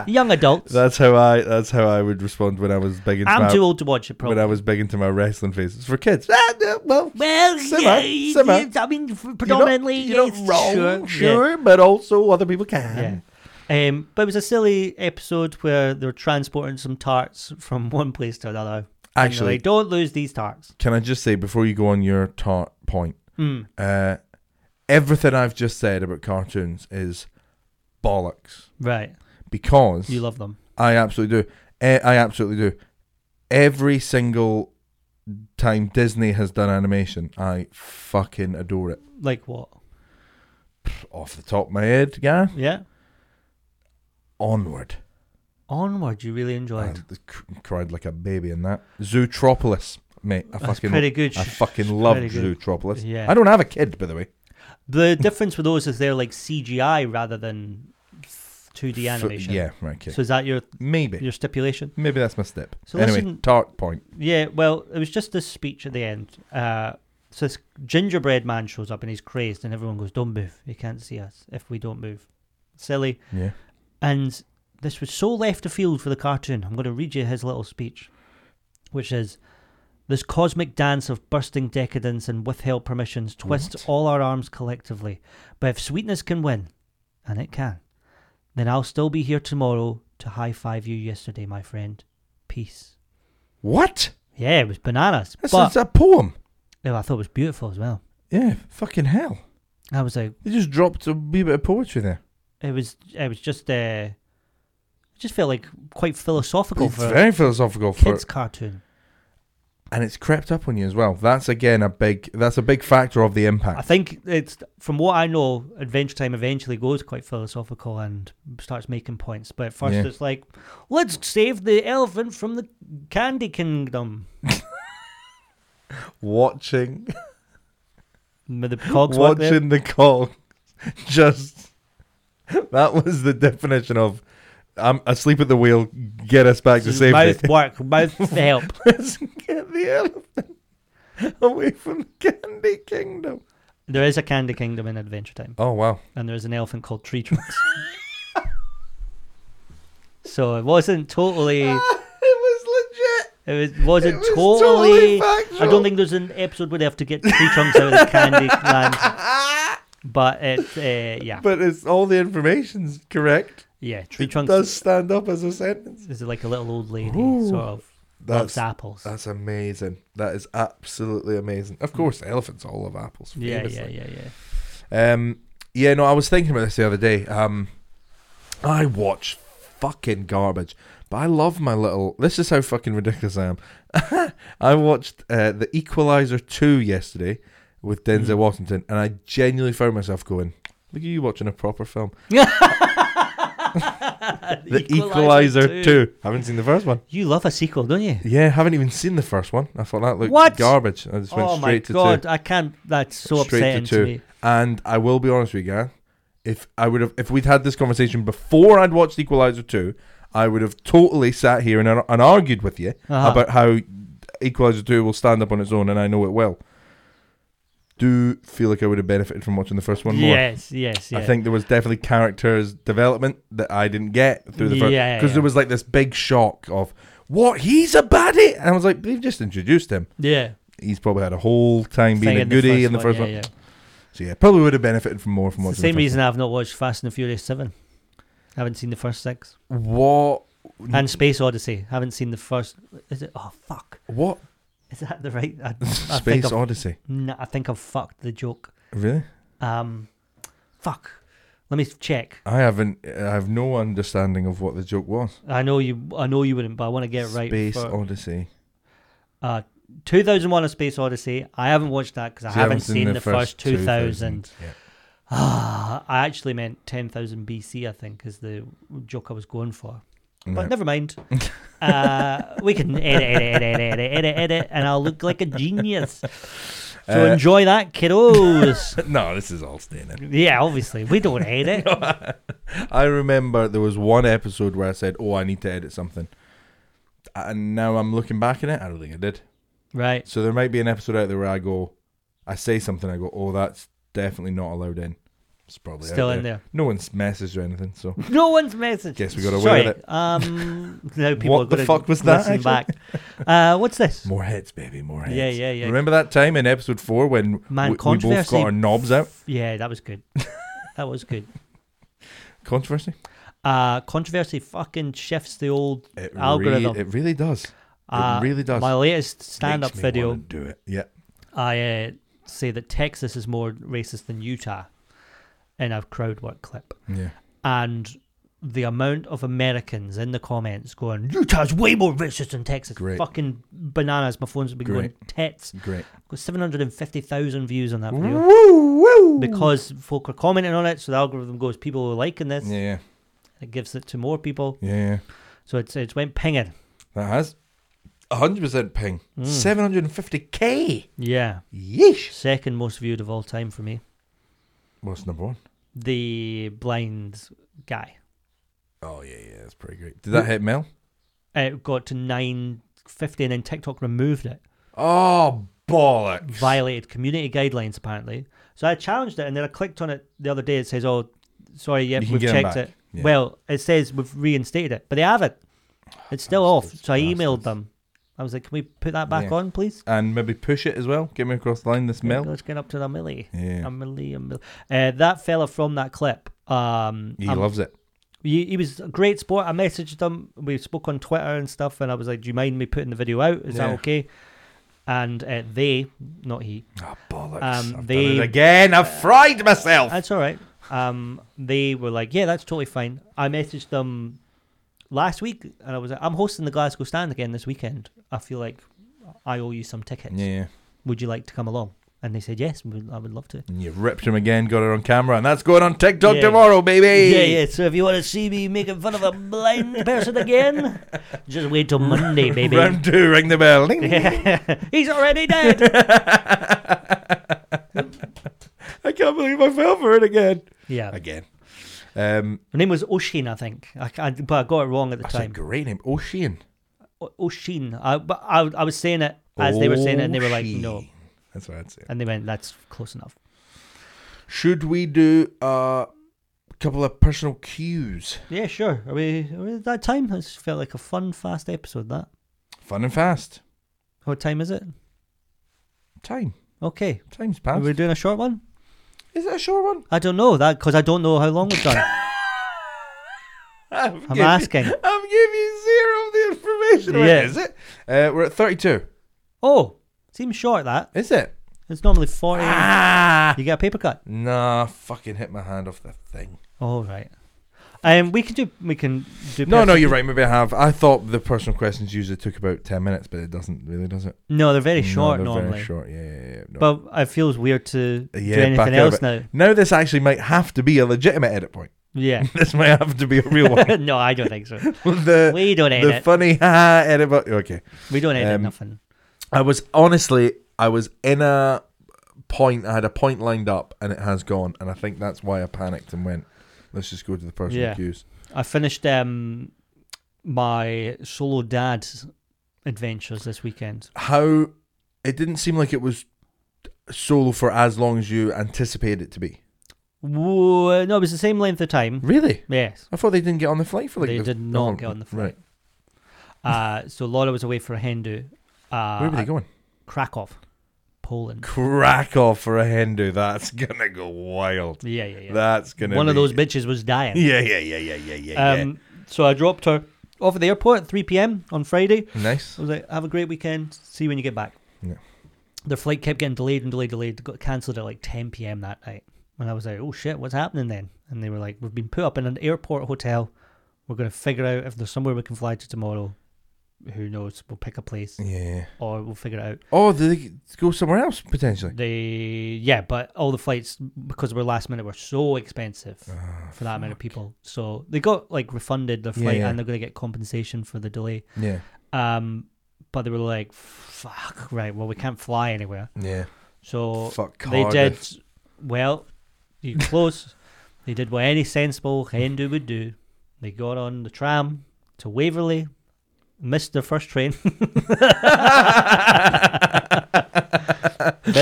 [SPEAKER 1] Young adults.
[SPEAKER 2] That's how I. That's how I would respond when I was begging. to
[SPEAKER 1] I'm
[SPEAKER 2] my,
[SPEAKER 1] too old to watch it,
[SPEAKER 2] when
[SPEAKER 1] probably.
[SPEAKER 2] I was begging to my wrestling face. It's for kids. Ah, no, well,
[SPEAKER 1] well,
[SPEAKER 2] Simmer,
[SPEAKER 1] yeah, it's-
[SPEAKER 2] simmer.
[SPEAKER 1] it's- I mean, f- predominantly,
[SPEAKER 2] you don't
[SPEAKER 1] yes,
[SPEAKER 2] wrong,
[SPEAKER 1] sure,
[SPEAKER 2] sure,
[SPEAKER 1] yeah.
[SPEAKER 2] but also other people can.
[SPEAKER 1] Yeah. Um, but it was a silly episode where they were transporting some tarts from one place to another. And they're
[SPEAKER 2] Actually-
[SPEAKER 1] like, don't lose these tarts.
[SPEAKER 2] Can I just say before you go on your tart point,
[SPEAKER 1] Mm.
[SPEAKER 2] uh, everything I've just said about cartoons is bollocks
[SPEAKER 1] Right.
[SPEAKER 2] because
[SPEAKER 1] You love them.
[SPEAKER 2] I absolutely do. Eh, I absolutely do. Every single time Disney has done animation, I fucking adore it.
[SPEAKER 1] Like what?
[SPEAKER 2] Off the top of my head, yeah.
[SPEAKER 1] Yeah.
[SPEAKER 2] Onward.
[SPEAKER 1] Onward, you really
[SPEAKER 2] I
[SPEAKER 1] enjoyed.
[SPEAKER 2] d- c- cried like a baby in that. Zootropolis. mate. I
[SPEAKER 1] That's
[SPEAKER 2] fucking
[SPEAKER 1] pretty good.
[SPEAKER 2] I fucking love
[SPEAKER 1] pretty
[SPEAKER 2] Drew
[SPEAKER 1] good.
[SPEAKER 2] Tropolis.
[SPEAKER 1] Yeah.
[SPEAKER 2] I don't have a kid, by the way.
[SPEAKER 1] The difference with those is they're like CGI rather than f- 2D
[SPEAKER 2] F-
[SPEAKER 1] animation.
[SPEAKER 2] yeah, right. Okay.
[SPEAKER 1] So is that your
[SPEAKER 2] maybe,
[SPEAKER 1] your stipulation?
[SPEAKER 2] maybe that's my step.
[SPEAKER 1] So
[SPEAKER 2] anyway,
[SPEAKER 1] listen-
[SPEAKER 2] tart point.
[SPEAKER 1] Yeah. Well, it was just this speech at the end. Uh, so this gingerbread man shows up and he's crazed, and everyone goes, "Don't move! He can't see us if we don't move." Silly.
[SPEAKER 2] Yeah.
[SPEAKER 1] And this was so left of field for the cartoon. I'm going to read you his little speech, which is this cosmic dance of bursting decadence and withheld permissions twists all our arms collectively. But if sweetness can win, and it can, then I'll still be here tomorrow to high five you yesterday, my friend. Peace.
[SPEAKER 2] What?
[SPEAKER 1] Yeah, it was bananas.
[SPEAKER 2] That's,
[SPEAKER 1] but
[SPEAKER 2] that's a poem.
[SPEAKER 1] no, I thought it was beautiful as well.
[SPEAKER 2] Yeah. Fucking hell.
[SPEAKER 1] I was like,
[SPEAKER 2] They just dropped a wee bit of poetry there.
[SPEAKER 1] it was, it was just, uh, it just felt like quite philosophical
[SPEAKER 2] it's
[SPEAKER 1] for a
[SPEAKER 2] very philosophical for,
[SPEAKER 1] kids' cartoon.
[SPEAKER 2] and it's crept up on you as well. That's again a big. That's a big factor of the
[SPEAKER 1] I
[SPEAKER 2] impact.
[SPEAKER 1] think it's from what I know, Adventure Time eventually goes quite philosophical and starts making points. But at first,
[SPEAKER 2] Yeah.
[SPEAKER 1] it's like, let's save the elephant from the Candy Kingdom.
[SPEAKER 2] Watching,
[SPEAKER 1] With the cogs work there.
[SPEAKER 2] watching the call, just that was the definition of. I'm asleep at the wheel. Get us back to safety.
[SPEAKER 1] mouth work, mouth help.
[SPEAKER 2] Let's get the elephant away from the Candy Kingdom.
[SPEAKER 1] There is a Candy Kingdom in Adventure Time,
[SPEAKER 2] Oh wow!
[SPEAKER 1] and there is an elephant called Tree Trunks. so it wasn't totally. It
[SPEAKER 2] was
[SPEAKER 1] was, wasn't
[SPEAKER 2] was totally
[SPEAKER 1] totally. I
[SPEAKER 2] factual.
[SPEAKER 1] don't think there's an episode where they have to get tree trunks out of the candy land, but it, uh, yeah.
[SPEAKER 2] But it's all the information's correct.
[SPEAKER 1] Yeah, tree
[SPEAKER 2] it
[SPEAKER 1] trunks
[SPEAKER 2] does stand up as a sentence.
[SPEAKER 1] is like a little old lady
[SPEAKER 2] Ooh,
[SPEAKER 1] sort of
[SPEAKER 2] That's
[SPEAKER 1] loves apples.
[SPEAKER 2] that's amazing. That is absolutely amazing. Of course, elephants all love apples.
[SPEAKER 1] yeah, yeah,
[SPEAKER 2] famously.
[SPEAKER 1] yeah, yeah.
[SPEAKER 2] Um, yeah, no, I was thinking about this the other day. Um, I watch fucking garbage, but I love my little. This is how fucking ridiculous I am. I watched uh, the Equalizer two yesterday with Denzel
[SPEAKER 1] Mhm.
[SPEAKER 2] Washington, and I genuinely found myself going, "Look at you watching a proper film." The Equalizer, two. Haven't seen the first one.
[SPEAKER 1] You love a sequel, don't you?
[SPEAKER 2] Yeah, haven't even seen the first one. I thought that looked
[SPEAKER 1] What?
[SPEAKER 2] garbage. I just went
[SPEAKER 1] Oh my
[SPEAKER 2] straight to two.
[SPEAKER 1] god, I can't. That's so
[SPEAKER 2] Straight to
[SPEAKER 1] upsetting to,
[SPEAKER 2] two.
[SPEAKER 1] me.
[SPEAKER 2] And I will be honest with you, Gareth. If I would have, if we'd had this conversation before I'd watched Equalizer two, I would have totally sat here and, and argued with you
[SPEAKER 1] Uh-huh.
[SPEAKER 2] about how Equalizer two will stand up on its own, and I know it will. Do feel like I would have benefited from watching the first one more.
[SPEAKER 1] yes, yes, yes.
[SPEAKER 2] I think there was definitely characters development that I didn't get through the first
[SPEAKER 1] Yeah,
[SPEAKER 2] because
[SPEAKER 1] yeah.
[SPEAKER 2] there was like this big shock of what he's a baddie, and I was like, they've just introduced him.
[SPEAKER 1] yeah.
[SPEAKER 2] He's probably had a whole time being a goodie in the first one.
[SPEAKER 1] yeah,
[SPEAKER 2] So yeah, probably would have benefited from more from
[SPEAKER 1] yeah. It's
[SPEAKER 2] watching.
[SPEAKER 1] the same
[SPEAKER 2] the
[SPEAKER 1] reason I've not watched Fast and the Furious Seven. haven't seen the first six.
[SPEAKER 2] first one. What?
[SPEAKER 1] And Space Odyssey. haven't seen the first. Is it? Oh fuck!
[SPEAKER 2] what?
[SPEAKER 1] Is that the right? I, I think
[SPEAKER 2] Space
[SPEAKER 1] I've,
[SPEAKER 2] Odyssey.
[SPEAKER 1] no, I think I've fucked the joke.
[SPEAKER 2] Really?
[SPEAKER 1] Um, fuck. Let me check.
[SPEAKER 2] I haven't. I have no understanding of what the joke was.
[SPEAKER 1] I know you. I know you wouldn't, but I want to get it right.
[SPEAKER 2] Space
[SPEAKER 1] for-
[SPEAKER 2] Odyssey.
[SPEAKER 1] uh, 2001: A Space Odyssey. I haven't watched that because I
[SPEAKER 2] So you
[SPEAKER 1] haven't, seen, the, first 2000.
[SPEAKER 2] 2000. Yeah.
[SPEAKER 1] Ah, I actually meant 10,000 BC. I think is the joke I was going for. But
[SPEAKER 2] Right.
[SPEAKER 1] never mind. uh, we can edit, edit, edit, edit, edit, edit, and I'll look like a genius. So
[SPEAKER 2] Uh,
[SPEAKER 1] enjoy that, kiddos.
[SPEAKER 2] no, this is all staying in.
[SPEAKER 1] yeah, obviously we don't edit.
[SPEAKER 2] I remember there was one episode where I said, "Oh, I need to edit something," and now I'm looking back at it. I don't think I did.
[SPEAKER 1] Right.
[SPEAKER 2] So there might be an episode out there where I go, I say something, I go, "Oh, that's definitely not allowed in." It's probably out
[SPEAKER 1] Still in there.
[SPEAKER 2] No one's messaged or anything, so
[SPEAKER 1] No one's message.
[SPEAKER 2] Guess we got away
[SPEAKER 1] Sorry,
[SPEAKER 2] with it.
[SPEAKER 1] Um, now people
[SPEAKER 2] What
[SPEAKER 1] are
[SPEAKER 2] the
[SPEAKER 1] gonna
[SPEAKER 2] fuck was that,
[SPEAKER 1] listen
[SPEAKER 2] actually?
[SPEAKER 1] Back. Uh, what's this?
[SPEAKER 2] more heads, baby, more heads.
[SPEAKER 1] Yeah, yeah, yeah.
[SPEAKER 2] Remember that time in episode four when
[SPEAKER 1] Man,
[SPEAKER 2] we, we both
[SPEAKER 1] controversy-
[SPEAKER 2] got our knobs out?
[SPEAKER 1] Yeah, that was good. that was good.
[SPEAKER 2] Controversy.
[SPEAKER 1] Uh, controversy fucking shifts the old
[SPEAKER 2] It
[SPEAKER 1] algorithm.
[SPEAKER 2] Re- it really does. It
[SPEAKER 1] Uh,
[SPEAKER 2] really does.
[SPEAKER 1] My latest stand-up
[SPEAKER 2] Makes me
[SPEAKER 1] video,
[SPEAKER 2] wanna do it. Yeah.
[SPEAKER 1] I uh, say that Texas is more racist than Utah, in a crowd work clip,
[SPEAKER 2] Yeah.
[SPEAKER 1] and the amount of Americans in the comments going Utah's way more racist than Texas.
[SPEAKER 2] Great.
[SPEAKER 1] Fucking bananas. My phone's been going tits.
[SPEAKER 2] Great.
[SPEAKER 1] Got seven hundred and fifty thousand views on that video.
[SPEAKER 2] Woo woo.
[SPEAKER 1] because folk are commenting on it, so the algorithm goes, people are liking this,
[SPEAKER 2] Yeah, yeah,
[SPEAKER 1] it gives it to more people.
[SPEAKER 2] yeah, yeah.
[SPEAKER 1] So it's it's went pinging.
[SPEAKER 2] That has. hundred percent ping.
[SPEAKER 1] Hmm.
[SPEAKER 2] Seven hundred and fifty k.
[SPEAKER 1] Yeah.
[SPEAKER 2] Yeesh.
[SPEAKER 1] Second most viewed of all time for me.
[SPEAKER 2] What's number one?
[SPEAKER 1] The blind guy.
[SPEAKER 2] Oh yeah, yeah, that's pretty great. Did that hit Mel?
[SPEAKER 1] It Uh, got to 950 and then TikTok removed it.
[SPEAKER 2] Oh bollocks!
[SPEAKER 1] Violated community guidelines, apparently. So I challenged it and then I clicked on it the other day. It says, oh, sorry, yeah,
[SPEAKER 2] You can
[SPEAKER 1] we've
[SPEAKER 2] get 'em
[SPEAKER 1] checked
[SPEAKER 2] back.
[SPEAKER 1] it.
[SPEAKER 2] Yeah.
[SPEAKER 1] Well, it says we've reinstated it, but they haven't. It's still off.
[SPEAKER 2] Bastards,
[SPEAKER 1] So I emailed
[SPEAKER 2] bastards.
[SPEAKER 1] them. I was like, can we put that back
[SPEAKER 2] Yeah.
[SPEAKER 1] on, please?
[SPEAKER 2] and maybe push it as well. Get me across the line. This Mel.
[SPEAKER 1] Let's get up to the milli.
[SPEAKER 2] Yeah,
[SPEAKER 1] A milli, a milli. Uh, that fella from that clip. Um,
[SPEAKER 2] he
[SPEAKER 1] I'm
[SPEAKER 2] loves it.
[SPEAKER 1] he, he was a great sport. I messaged him. We spoke on Twitter and stuff, and I was like, "Do you mind me putting the video out? Is
[SPEAKER 2] Yeah.
[SPEAKER 1] that okay?" And uh, they, not he,
[SPEAKER 2] Oh bollocks!
[SPEAKER 1] Um,
[SPEAKER 2] I've
[SPEAKER 1] they- Uh,
[SPEAKER 2] done it again. I've fried myself.
[SPEAKER 1] that's all right. Um, they were like, "Yeah, that's totally fine." I messaged them last week, and I was like, "I'm hosting the Glasgow Stand again this weekend. I feel like I owe you some tickets.
[SPEAKER 2] yeah, yeah.
[SPEAKER 1] Would you like to come along?" And they said, "Yes, we- I would love to."
[SPEAKER 2] And you ripped him again. Got it on camera, and that's going on TikTok
[SPEAKER 1] Yeah.
[SPEAKER 2] tomorrow, baby.
[SPEAKER 1] Yeah, yeah. So if you want to see me making fun of a blind person again, just wait till Monday, baby.
[SPEAKER 2] Round two, ring the bell. Ding, ding.
[SPEAKER 1] He's already dead.
[SPEAKER 2] I can't believe I fell for it again.
[SPEAKER 1] yeah.
[SPEAKER 2] Again. Um,
[SPEAKER 1] Her name was Oshin, I think. I, ca- I, but I got it wrong at the
[SPEAKER 2] that's a
[SPEAKER 1] time.
[SPEAKER 2] great name. Ocean.
[SPEAKER 1] O- Oshin. I, but I, I was saying it as they were saying it, and they were like, no.
[SPEAKER 2] Ocean. That's what I'd say.
[SPEAKER 1] And they went, that's close enough.
[SPEAKER 2] Should we do uh, a couple of personal cues?
[SPEAKER 1] Yeah, sure. Are we, are we at that time? This felt like a fun, fast episode, that.
[SPEAKER 2] Fun and fast.
[SPEAKER 1] What time is it?
[SPEAKER 2] Time.
[SPEAKER 1] Okay.
[SPEAKER 2] Time's
[SPEAKER 1] Are
[SPEAKER 2] passed.
[SPEAKER 1] we doing a short one?
[SPEAKER 2] Is it a short one?
[SPEAKER 1] I don't know that because I don't know how long we've done.
[SPEAKER 2] I'm,
[SPEAKER 1] I'm asking.
[SPEAKER 2] I'm giving you zero of the information. Wait,
[SPEAKER 1] Yeah.
[SPEAKER 2] Is it? Uh, we're at 32.
[SPEAKER 1] Oh, seems short, that.
[SPEAKER 2] Is it?
[SPEAKER 1] It's normally 40.
[SPEAKER 2] Ah!
[SPEAKER 1] You get a paper cut.
[SPEAKER 2] Nah, fucking hit my hand off the thing.
[SPEAKER 1] All right. Um, we can do. We can do.
[SPEAKER 2] No,
[SPEAKER 1] pers-
[SPEAKER 2] no, you're right. Maybe I have. I thought the personal questions usually took about 10 minutes, but it doesn't really, does it?
[SPEAKER 1] No, they're very
[SPEAKER 2] No,
[SPEAKER 1] short
[SPEAKER 2] they're
[SPEAKER 1] normally.
[SPEAKER 2] Very short, yeah, yeah, yeah. No.
[SPEAKER 1] But it feels weird to
[SPEAKER 2] Yeah,
[SPEAKER 1] do
[SPEAKER 2] back
[SPEAKER 1] anything
[SPEAKER 2] out of
[SPEAKER 1] else
[SPEAKER 2] it.
[SPEAKER 1] now.
[SPEAKER 2] now this actually might have to be a legitimate edit point.
[SPEAKER 1] Yeah.
[SPEAKER 2] This might have to be a real one.
[SPEAKER 1] no, I don't think so.
[SPEAKER 2] the
[SPEAKER 1] We don't
[SPEAKER 2] the
[SPEAKER 1] edit.
[SPEAKER 2] funny haha edit. But okay,
[SPEAKER 1] we don't edit
[SPEAKER 2] um,
[SPEAKER 1] nothing.
[SPEAKER 2] I was honestly, I was in a point. I had a point lined up, and it has gone. And I think that's why I panicked and went. Let's just go to the personal
[SPEAKER 1] Yeah.
[SPEAKER 2] cues.
[SPEAKER 1] I finished um, my solo dad adventures this weekend.
[SPEAKER 2] How it didn't seem like it was solo for as long as you anticipated it to be.
[SPEAKER 1] Whoa, no, it was the same length of time.
[SPEAKER 2] Really,
[SPEAKER 1] Yes.
[SPEAKER 2] I thought they didn't get on the flight for like.
[SPEAKER 1] they
[SPEAKER 2] the-
[SPEAKER 1] did not
[SPEAKER 2] oh,
[SPEAKER 1] get on the
[SPEAKER 2] Right.
[SPEAKER 1] flight. Uh, so Laura was away for a Hindu. Uh,
[SPEAKER 2] Where were they going?
[SPEAKER 1] Krakow, Poland.
[SPEAKER 2] Crack off for a Hindu. That's gonna go wild.
[SPEAKER 1] Yeah, yeah, yeah.
[SPEAKER 2] That's gonna
[SPEAKER 1] One of
[SPEAKER 2] be-
[SPEAKER 1] those bitches was dying.
[SPEAKER 2] Yeah, yeah, yeah, yeah, yeah, yeah.
[SPEAKER 1] Um, So I dropped her off at the airport at 3 p.m. on Friday.
[SPEAKER 2] yeah. Nice.
[SPEAKER 1] I was like, have a great weekend. See you when you get back.
[SPEAKER 2] Yeah.
[SPEAKER 1] Their flight kept getting delayed and delayed, delayed. Got cancelled at like 10 p.m. that night. And I was like, oh shit, what's happening then? And they were like, we've been put up in an airport hotel. We're going to figure out if there's somewhere we can fly to tomorrow. Who knows? We'll pick a place
[SPEAKER 2] Yeah.
[SPEAKER 1] or we'll figure it out.
[SPEAKER 2] Oh, did they go somewhere else potentially?
[SPEAKER 1] They, yeah, but all the flights, because we're last minute, were so expensive for that amount of people. So they got like refunded their
[SPEAKER 2] Ah, Yeah,
[SPEAKER 1] flight
[SPEAKER 2] yeah.
[SPEAKER 1] and they're going to get compensation for the delay.
[SPEAKER 2] Yeah.
[SPEAKER 1] Um, but they were like, fuck, right, well, we can't fly anywhere.
[SPEAKER 2] Yeah.
[SPEAKER 1] So
[SPEAKER 2] Fuck
[SPEAKER 1] they
[SPEAKER 2] Cardiff.
[SPEAKER 1] did, well, you close. they did what any sensible Hindu would do. They got on the tram to Waverley, missed their first train. Bit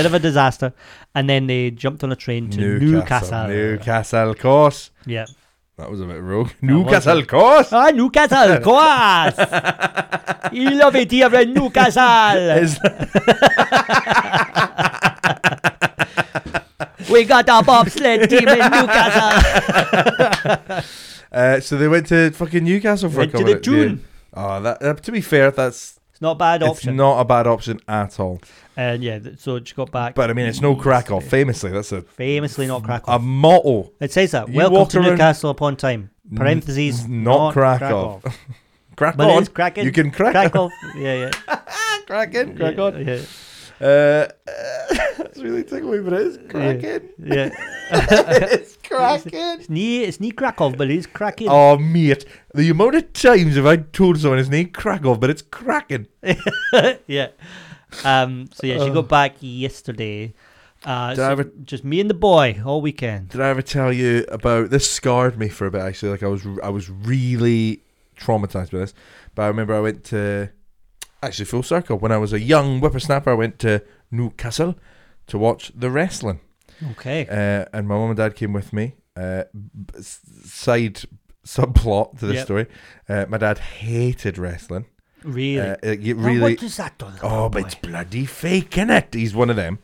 [SPEAKER 1] of a disaster. And then they jumped on a train to Newcastle.
[SPEAKER 2] Newcastle course.
[SPEAKER 1] Yeah.
[SPEAKER 2] That was a bit rogue.
[SPEAKER 1] was
[SPEAKER 2] Newcastle course.
[SPEAKER 1] Ah, Newcastle, of course! you love it here in Newcastle!
[SPEAKER 2] Is that
[SPEAKER 1] We got a bobsled team in Newcastle!
[SPEAKER 2] uh, so they went to fucking Newcastle for
[SPEAKER 1] Went
[SPEAKER 2] a
[SPEAKER 1] to
[SPEAKER 2] couple
[SPEAKER 1] the
[SPEAKER 2] of
[SPEAKER 1] June.
[SPEAKER 2] Oh, that, uh, to be fair, that's
[SPEAKER 1] It's not a bad option.
[SPEAKER 2] it's not a bad option at all.
[SPEAKER 1] And yeah, th- so she got back.
[SPEAKER 2] But I mean, it's no crack off. Famously, that's a
[SPEAKER 1] famously not Krakow.
[SPEAKER 2] a motto.
[SPEAKER 1] it says that.
[SPEAKER 2] you
[SPEAKER 1] Welcome
[SPEAKER 2] walk
[SPEAKER 1] to
[SPEAKER 2] around-
[SPEAKER 1] Newcastle upon time. Parentheses.
[SPEAKER 2] N- not Krakow. Crack
[SPEAKER 1] But
[SPEAKER 2] on.
[SPEAKER 1] it is Kraken.
[SPEAKER 2] You can crack
[SPEAKER 1] Krakow. Yeah, yeah.
[SPEAKER 2] crack in, crack
[SPEAKER 1] yeah,
[SPEAKER 2] on.
[SPEAKER 1] Yeah.
[SPEAKER 2] Uh, it's really tickly, but it is cracking.
[SPEAKER 1] Yeah.
[SPEAKER 2] it's cracking.
[SPEAKER 1] It's knee, it's knee Krakow, but it's cracking.
[SPEAKER 2] Oh, mate. The amount of times have I told someone his name Krakow, but it's cracking.
[SPEAKER 1] yeah. Um, so yeah, she
[SPEAKER 2] Ugh.
[SPEAKER 1] got back yesterday. Uh,
[SPEAKER 2] Uh. Did
[SPEAKER 1] so
[SPEAKER 2] I ever-
[SPEAKER 1] Just me and the boy all weekend.
[SPEAKER 2] Did I ever tell you about this? Scarred me for a bit actually. Like I was, I was really traumatized by this. But I remember I went to actually full circle when I was a young whippersnapper. I went to Newcastle to watch the wrestling,
[SPEAKER 1] Okay.
[SPEAKER 2] uh, and my mum and dad came with me. Uh, b- s- side subplot to this
[SPEAKER 1] Yep.
[SPEAKER 2] story: uh, my dad hated wrestling.
[SPEAKER 1] really?
[SPEAKER 2] Uh, it- it
[SPEAKER 1] Now,
[SPEAKER 2] really,
[SPEAKER 1] what is that all about,
[SPEAKER 2] oh, but it's
[SPEAKER 1] boy?
[SPEAKER 2] bloody fake, innit? He's one of them,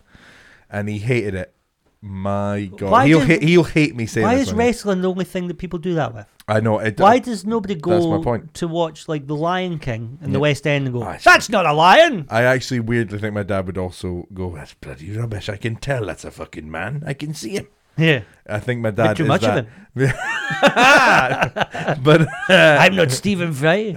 [SPEAKER 2] and he hated it. My God,
[SPEAKER 1] Why
[SPEAKER 2] he'll
[SPEAKER 1] does-
[SPEAKER 2] hate, he'll hate me saying
[SPEAKER 1] Why
[SPEAKER 2] this
[SPEAKER 1] is
[SPEAKER 2] one.
[SPEAKER 1] wrestling the only thing that people do that with?
[SPEAKER 2] I know. It,
[SPEAKER 1] Why does nobody go
[SPEAKER 2] that's my point.
[SPEAKER 1] to watch like The Lion King in the
[SPEAKER 2] Yeah. Ah,
[SPEAKER 1] West End and go,
[SPEAKER 2] I see.
[SPEAKER 1] "That's not a lion."
[SPEAKER 2] I actually weirdly think my dad would also go, that's bloody rubbish. I can tell that's a fucking man. I can see him.
[SPEAKER 1] Yeah,
[SPEAKER 2] I think my dad
[SPEAKER 1] too
[SPEAKER 2] is
[SPEAKER 1] much of
[SPEAKER 2] that. but uh,
[SPEAKER 1] I'm not Stephen Fry.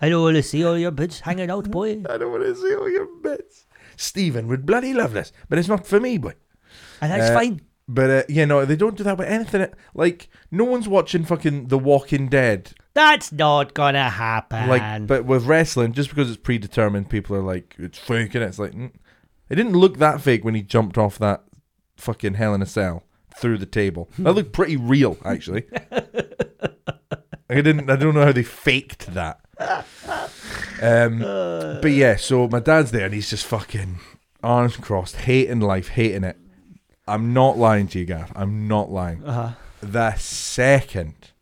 [SPEAKER 1] I don't want to see all your bits hanging out, boy.
[SPEAKER 2] I don't want to see all your bits. Stephen would bloody love this, but it's not for me, boy.
[SPEAKER 1] And that's
[SPEAKER 2] Uh,
[SPEAKER 1] fine.
[SPEAKER 2] But uh, you know they don't do that with anything. Like no one's watching fucking The Walking Dead.
[SPEAKER 1] That's not gonna happen.
[SPEAKER 2] Like, but with wrestling, just because it's predetermined, people are like, it's fake, and it's like, mm. it didn't look that fake when he jumped off that fucking hell in a cell through the table. That looked pretty real, actually. I didn't. I don't know how they faked that. Um, but yeah, so my dad's there, and he's just fucking arms crossed, hating life, hating it. I'm not lying to you, Gav. I'm not lying.
[SPEAKER 1] uh,
[SPEAKER 2] The second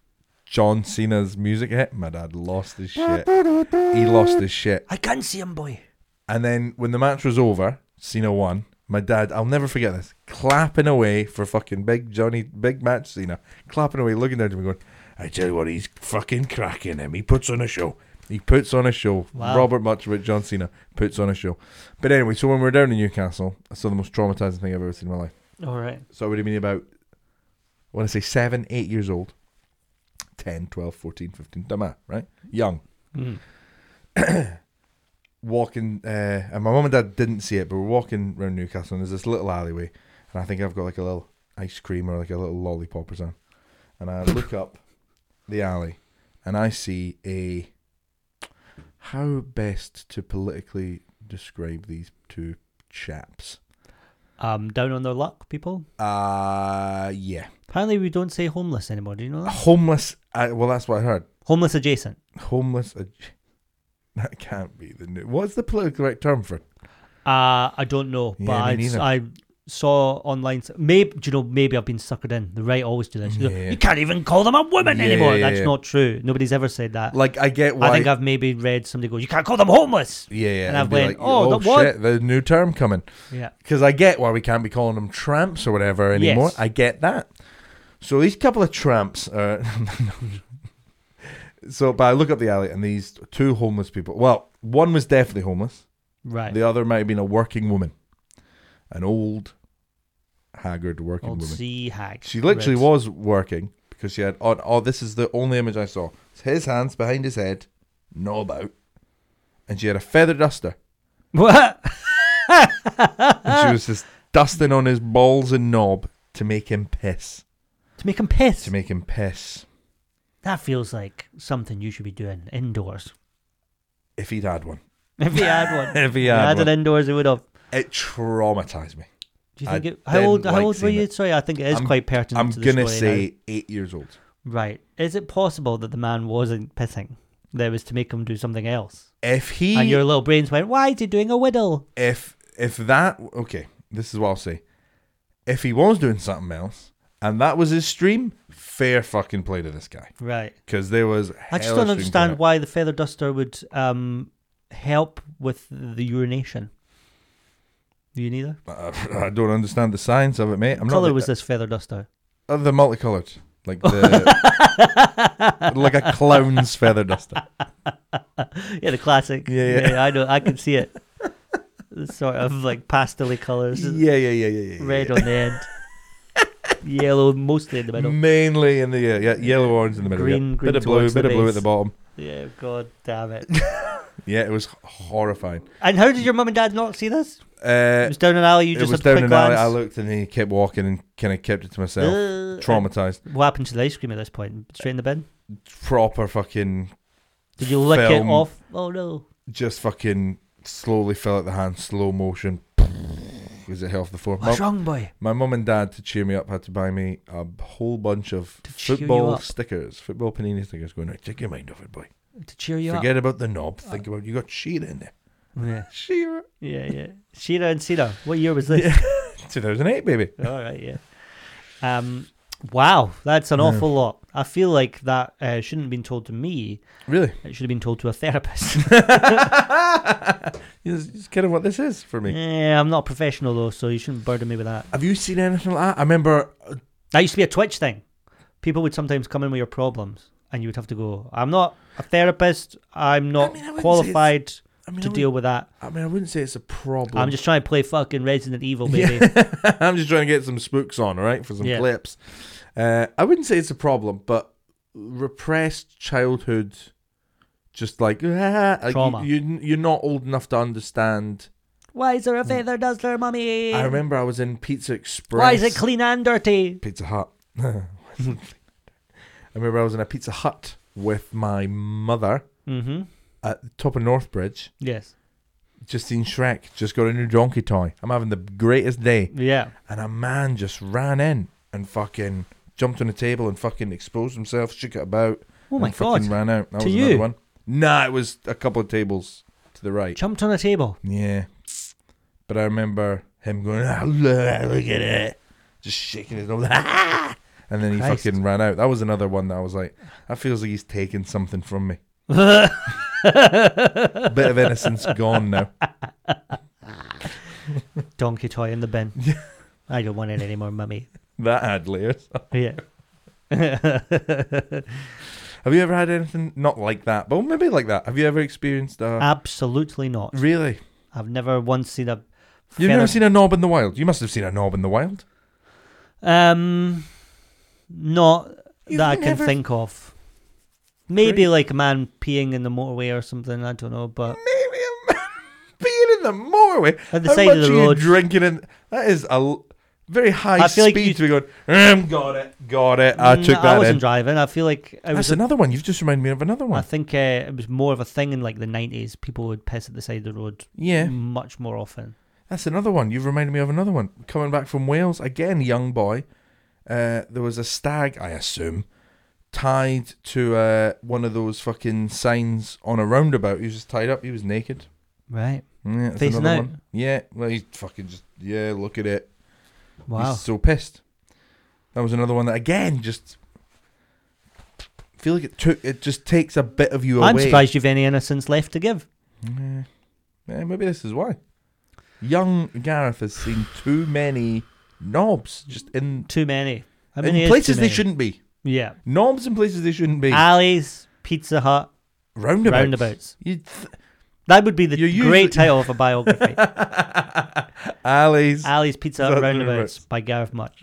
[SPEAKER 2] John Cena's music hit, my dad lost his shit. He lost his shit.
[SPEAKER 1] I can't see him, boy.
[SPEAKER 2] And then when the match was over, Cena won. My dad, I'll never forget this, clapping away for fucking big Johnny, big match Cena, clapping away, looking down to me, going, I tell you what, he's fucking cracking him. He puts on a show. He puts on a show.
[SPEAKER 1] Wow.
[SPEAKER 2] Robert Muchowicz, John Cena puts on a show. But anyway, so when we were down in Newcastle, I saw the most traumatizing thing I've ever seen in my life.
[SPEAKER 1] All right.
[SPEAKER 2] So I would have been about, I want to say seven, eight years old. 10, 12, 14, 15, don't matter, right? Young.
[SPEAKER 1] Mm.
[SPEAKER 2] Walking, uh, and my mum and dad didn't see it, but we're walking around Newcastle and there's this little alleyway. And I think I've got like a little ice cream or like a little lollipop or something. And I look up the alley and I see a. How best to politically describe these two chaps?
[SPEAKER 1] Um, down on their luck, people.
[SPEAKER 2] Uh, yeah.
[SPEAKER 1] Apparently, we don't say homeless anymore. Do you know that?
[SPEAKER 2] Homeless. Uh, well, that's what I heard.
[SPEAKER 1] Homeless adjacent.
[SPEAKER 2] homeless. Ad- that can't be the new. What's the political correct term for? it?
[SPEAKER 1] Uh, I don't know,
[SPEAKER 2] Yeah,
[SPEAKER 1] but
[SPEAKER 2] me
[SPEAKER 1] I,
[SPEAKER 2] neither.
[SPEAKER 1] I saw online. Maybe do you know? Maybe I've been suckered in. The right always do this. You, know,
[SPEAKER 2] Yeah.
[SPEAKER 1] "You can't even call them a woman
[SPEAKER 2] Yeah,
[SPEAKER 1] anymore.
[SPEAKER 2] yeah,
[SPEAKER 1] That's
[SPEAKER 2] yeah.
[SPEAKER 1] not true. Nobody's ever said that.
[SPEAKER 2] Like I get why.
[SPEAKER 1] I think I've maybe read somebody go, "You can't call them homeless."
[SPEAKER 2] yeah, yeah.
[SPEAKER 1] and I've
[SPEAKER 2] be
[SPEAKER 1] went, "Oh, that what?"
[SPEAKER 2] shit, the new term coming.
[SPEAKER 1] Yeah.
[SPEAKER 2] Because I get why we can't be calling them tramps or whatever anymore.
[SPEAKER 1] Yes.
[SPEAKER 2] I get that. So these couple of tramps are. so, but I look up the alley and these two homeless people. Well, one was definitely homeless.
[SPEAKER 1] Right.
[SPEAKER 2] The other might have been a working woman, an old, haggard working
[SPEAKER 1] Old
[SPEAKER 2] woman.
[SPEAKER 1] sea hag.
[SPEAKER 2] She literally
[SPEAKER 1] Right.
[SPEAKER 2] was working because she had on. Oh, this is the only image I saw. It's his hands behind his head, knob out, and she had a feather duster,
[SPEAKER 1] What?
[SPEAKER 2] and she was just dusting on his balls and knob to make him piss.
[SPEAKER 1] to make him piss.
[SPEAKER 2] To make him piss.
[SPEAKER 1] that feels like something you should be doing indoors.
[SPEAKER 2] If he'd had one,
[SPEAKER 1] If he had one.
[SPEAKER 2] if
[SPEAKER 1] If
[SPEAKER 2] he
[SPEAKER 1] he
[SPEAKER 2] had,
[SPEAKER 1] had
[SPEAKER 2] one,
[SPEAKER 1] it indoors, he would have.
[SPEAKER 2] it traumatized me.
[SPEAKER 1] Do you
[SPEAKER 2] I
[SPEAKER 1] think it, how
[SPEAKER 2] didn't
[SPEAKER 1] old? How
[SPEAKER 2] like
[SPEAKER 1] old were
[SPEAKER 2] seeing
[SPEAKER 1] you?
[SPEAKER 2] it.
[SPEAKER 1] Sorry, I think it is
[SPEAKER 2] I'm-
[SPEAKER 1] quite pertinent.
[SPEAKER 2] I'm
[SPEAKER 1] to the
[SPEAKER 2] gonna
[SPEAKER 1] story
[SPEAKER 2] say eight years old.
[SPEAKER 1] now. right. Is it possible that the man wasn't pissing? That was to make him do something else,
[SPEAKER 2] If
[SPEAKER 1] and your
[SPEAKER 2] he,
[SPEAKER 1] little brains went, "Why is he doing a whittle?"
[SPEAKER 2] if if that, okay, this is what I'll say. If he was doing something else and that was his stream, fair fucking play to this guy.
[SPEAKER 1] Right.
[SPEAKER 2] because there was.
[SPEAKER 1] I just
[SPEAKER 2] hellish
[SPEAKER 1] don't
[SPEAKER 2] things on
[SPEAKER 1] understand
[SPEAKER 2] it.
[SPEAKER 1] why the feather duster would um, help with the urination. You neither.
[SPEAKER 2] I, I don't understand the science of it, mate. I'm
[SPEAKER 1] What color
[SPEAKER 2] not
[SPEAKER 1] was this feather duster?
[SPEAKER 2] uh, the multicolored, like the like a clown's feather duster.
[SPEAKER 1] Yeah, the classic.
[SPEAKER 2] Yeah, yeah.
[SPEAKER 1] I know. I can see it. The sort of like pastel colors,
[SPEAKER 2] Yeah, yeah, yeah, yeah, yeah. yeah,
[SPEAKER 1] red
[SPEAKER 2] yeah.
[SPEAKER 1] on the end, yellow mostly in the
[SPEAKER 2] Mm.
[SPEAKER 1] middle.
[SPEAKER 2] Mainly in the yeah, yeah, yellow, orange in the middle.
[SPEAKER 1] Green-
[SPEAKER 2] yeah.
[SPEAKER 1] green
[SPEAKER 2] bit of blue,
[SPEAKER 1] towards the
[SPEAKER 2] bit of blue at
[SPEAKER 1] base.
[SPEAKER 2] the bottom.
[SPEAKER 1] Yeah, god damn it.
[SPEAKER 2] Yeah, it was horrifying.
[SPEAKER 1] and how did your mum and dad not see this?
[SPEAKER 2] Uh,
[SPEAKER 1] It was down an alley. You
[SPEAKER 2] it
[SPEAKER 1] just
[SPEAKER 2] was
[SPEAKER 1] had a
[SPEAKER 2] down
[SPEAKER 1] quick
[SPEAKER 2] an alley. I
[SPEAKER 1] glance.
[SPEAKER 2] looked and he kept walking and kind of kept it to myself.
[SPEAKER 1] Uh,
[SPEAKER 2] Traumatized.
[SPEAKER 1] What happened to the ice cream at this point? Straight in the bin?
[SPEAKER 2] Proper fucking.
[SPEAKER 1] Did you lick
[SPEAKER 2] Film.
[SPEAKER 1] it off? Oh no.
[SPEAKER 2] Just fucking slowly fell out the hand, slow motion. Was it off the floor?
[SPEAKER 1] What's
[SPEAKER 2] My-
[SPEAKER 1] wrong, boy?
[SPEAKER 2] My mum and dad, to cheer me up, had to buy me a whole bunch of
[SPEAKER 1] To cheer you
[SPEAKER 2] football
[SPEAKER 1] up.
[SPEAKER 2] stickers, football panini stickers. Going, right, take your mind off it, boy.
[SPEAKER 1] To cheer you
[SPEAKER 2] Forget about the knob.
[SPEAKER 1] Uh.
[SPEAKER 2] Think about you got Shearer in there.
[SPEAKER 1] up. Yeah,
[SPEAKER 2] Shearer,
[SPEAKER 1] yeah, yeah. Sheila and Cena. What year was this?
[SPEAKER 2] 2008, baby.
[SPEAKER 1] All right, yeah. Um, wow, that's an
[SPEAKER 2] Yeah.
[SPEAKER 1] awful lot. I feel like that uh, shouldn't have been told to me.
[SPEAKER 2] Really?
[SPEAKER 1] It should have been told to a therapist.
[SPEAKER 2] It's it's kind of what this is for me.
[SPEAKER 1] yeah, I'm not a professional though, so you shouldn't burden me with that.
[SPEAKER 2] Have you seen anything like that? I remember. uh,
[SPEAKER 1] That used to be a Twitch thing. People would sometimes come in with your problems, and you would have to go. I'm not a therapist. I'm not
[SPEAKER 2] mean, I wouldn't say
[SPEAKER 1] qualified
[SPEAKER 2] I mean,
[SPEAKER 1] to
[SPEAKER 2] I
[SPEAKER 1] deal with that.
[SPEAKER 2] wouldn't- I mean, I wouldn't say it's a problem.
[SPEAKER 1] I'm just trying to play fucking Resident Evil,
[SPEAKER 2] Yeah.
[SPEAKER 1] baby.
[SPEAKER 2] I'm just trying to get some spooks on, all right, for some
[SPEAKER 1] Yeah.
[SPEAKER 2] clips. Uh, I wouldn't say it's a problem, but repressed childhood, just like, ah, like,
[SPEAKER 1] Trauma.
[SPEAKER 2] You, you, you're not old enough to understand.
[SPEAKER 1] Why is there a feather duster, mummy?
[SPEAKER 2] I remember I was in Pizza Express.
[SPEAKER 1] Why is it clean and dirty?
[SPEAKER 2] Pizza Hut. I remember I was in a Pizza Hut with my mother
[SPEAKER 1] Mm-hmm.
[SPEAKER 2] at the top of Northbridge.
[SPEAKER 1] Yes.
[SPEAKER 2] Just seen Shrek. Just got a new donkey toy. I'm having the greatest day.
[SPEAKER 1] Yeah.
[SPEAKER 2] and a man just ran in and fucking jumped on a table and fucking exposed himself, shook it about.
[SPEAKER 1] Oh my
[SPEAKER 2] and fucking
[SPEAKER 1] god.
[SPEAKER 2] Ran out. That
[SPEAKER 1] To
[SPEAKER 2] was another
[SPEAKER 1] you?
[SPEAKER 2] one. Nah, it was a couple of tables to the right.
[SPEAKER 1] Jumped on a table.
[SPEAKER 2] Yeah, but I remember him going, ah, look, look at it, just shaking his nose, "Ah!" and then he
[SPEAKER 1] Christ.
[SPEAKER 2] fucking ran out. That was another one that I was like, that feels like he's taking something from me. Bit of innocence gone now.
[SPEAKER 1] Donkey toy in the bin. I don't want it anymore, mummy.
[SPEAKER 2] That had layers.
[SPEAKER 1] Yeah.
[SPEAKER 2] Have you ever had anything not like that, but maybe like that? Have you ever experienced a
[SPEAKER 1] Uh, Absolutely not.
[SPEAKER 2] really?
[SPEAKER 1] I've never once seen a. feather-
[SPEAKER 2] You've never seen a knob in the wild. You must have seen a knob in the wild.
[SPEAKER 1] Um, not
[SPEAKER 2] You've
[SPEAKER 1] that I can
[SPEAKER 2] never-
[SPEAKER 1] think of. Maybe
[SPEAKER 2] Great.
[SPEAKER 1] like a man peeing in the motorway or something. I don't know, but
[SPEAKER 2] Maybe a man being in the motorway.
[SPEAKER 1] Uh, at the
[SPEAKER 2] How
[SPEAKER 1] side
[SPEAKER 2] much
[SPEAKER 1] of the
[SPEAKER 2] are you
[SPEAKER 1] road,
[SPEAKER 2] drinking in? That is a l- very high
[SPEAKER 1] I feel like
[SPEAKER 2] speed
[SPEAKER 1] you-
[SPEAKER 2] to be going. "Um, got it, got it. I
[SPEAKER 1] Mm,
[SPEAKER 2] took
[SPEAKER 1] I
[SPEAKER 2] that
[SPEAKER 1] wasn't
[SPEAKER 2] in.
[SPEAKER 1] driving. I feel like I
[SPEAKER 2] That's
[SPEAKER 1] was. a-
[SPEAKER 2] another one. You've just reminded me of another
[SPEAKER 1] I
[SPEAKER 2] one.
[SPEAKER 1] think uh, it was more of a thing in like the nineties. People would piss at the side of the road
[SPEAKER 2] yeah,
[SPEAKER 1] much more often.
[SPEAKER 2] that's another one. You've reminded me of another one. Coming back from Wales again, young boy. Uh, there was a stag, I assume, tied to uh, one of those fucking signs on a roundabout. He was just tied up. He was naked.
[SPEAKER 1] Right.
[SPEAKER 2] Yeah, that's
[SPEAKER 1] Facing
[SPEAKER 2] another
[SPEAKER 1] out.
[SPEAKER 2] one. Yeah, well, he's fucking just yeah. Look at it.
[SPEAKER 1] Wow.
[SPEAKER 2] He's so pissed. That was another one that again just feel like it took. It just takes a bit of you
[SPEAKER 1] I'm
[SPEAKER 2] away.
[SPEAKER 1] surprised you've any innocence left to give.
[SPEAKER 2] Yeah. Yeah, maybe this is why. Young Gareth has seen too many knobs just in
[SPEAKER 1] Too many. How many
[SPEAKER 2] in
[SPEAKER 1] is too
[SPEAKER 2] places they
[SPEAKER 1] many? Ah,
[SPEAKER 2] shouldn't be.
[SPEAKER 1] Yeah.
[SPEAKER 2] Knobs in places they shouldn't be.
[SPEAKER 1] Alleys, Pizza Hut,
[SPEAKER 2] roundabouts.
[SPEAKER 1] roundabouts.
[SPEAKER 2] You th-
[SPEAKER 1] That would be the
[SPEAKER 2] You're usually-
[SPEAKER 1] great title of a biography.
[SPEAKER 2] alleys.
[SPEAKER 1] Ali's Pizza
[SPEAKER 2] Not
[SPEAKER 1] Hut
[SPEAKER 2] the
[SPEAKER 1] Roundabouts
[SPEAKER 2] reverse.
[SPEAKER 1] by Gareth Much.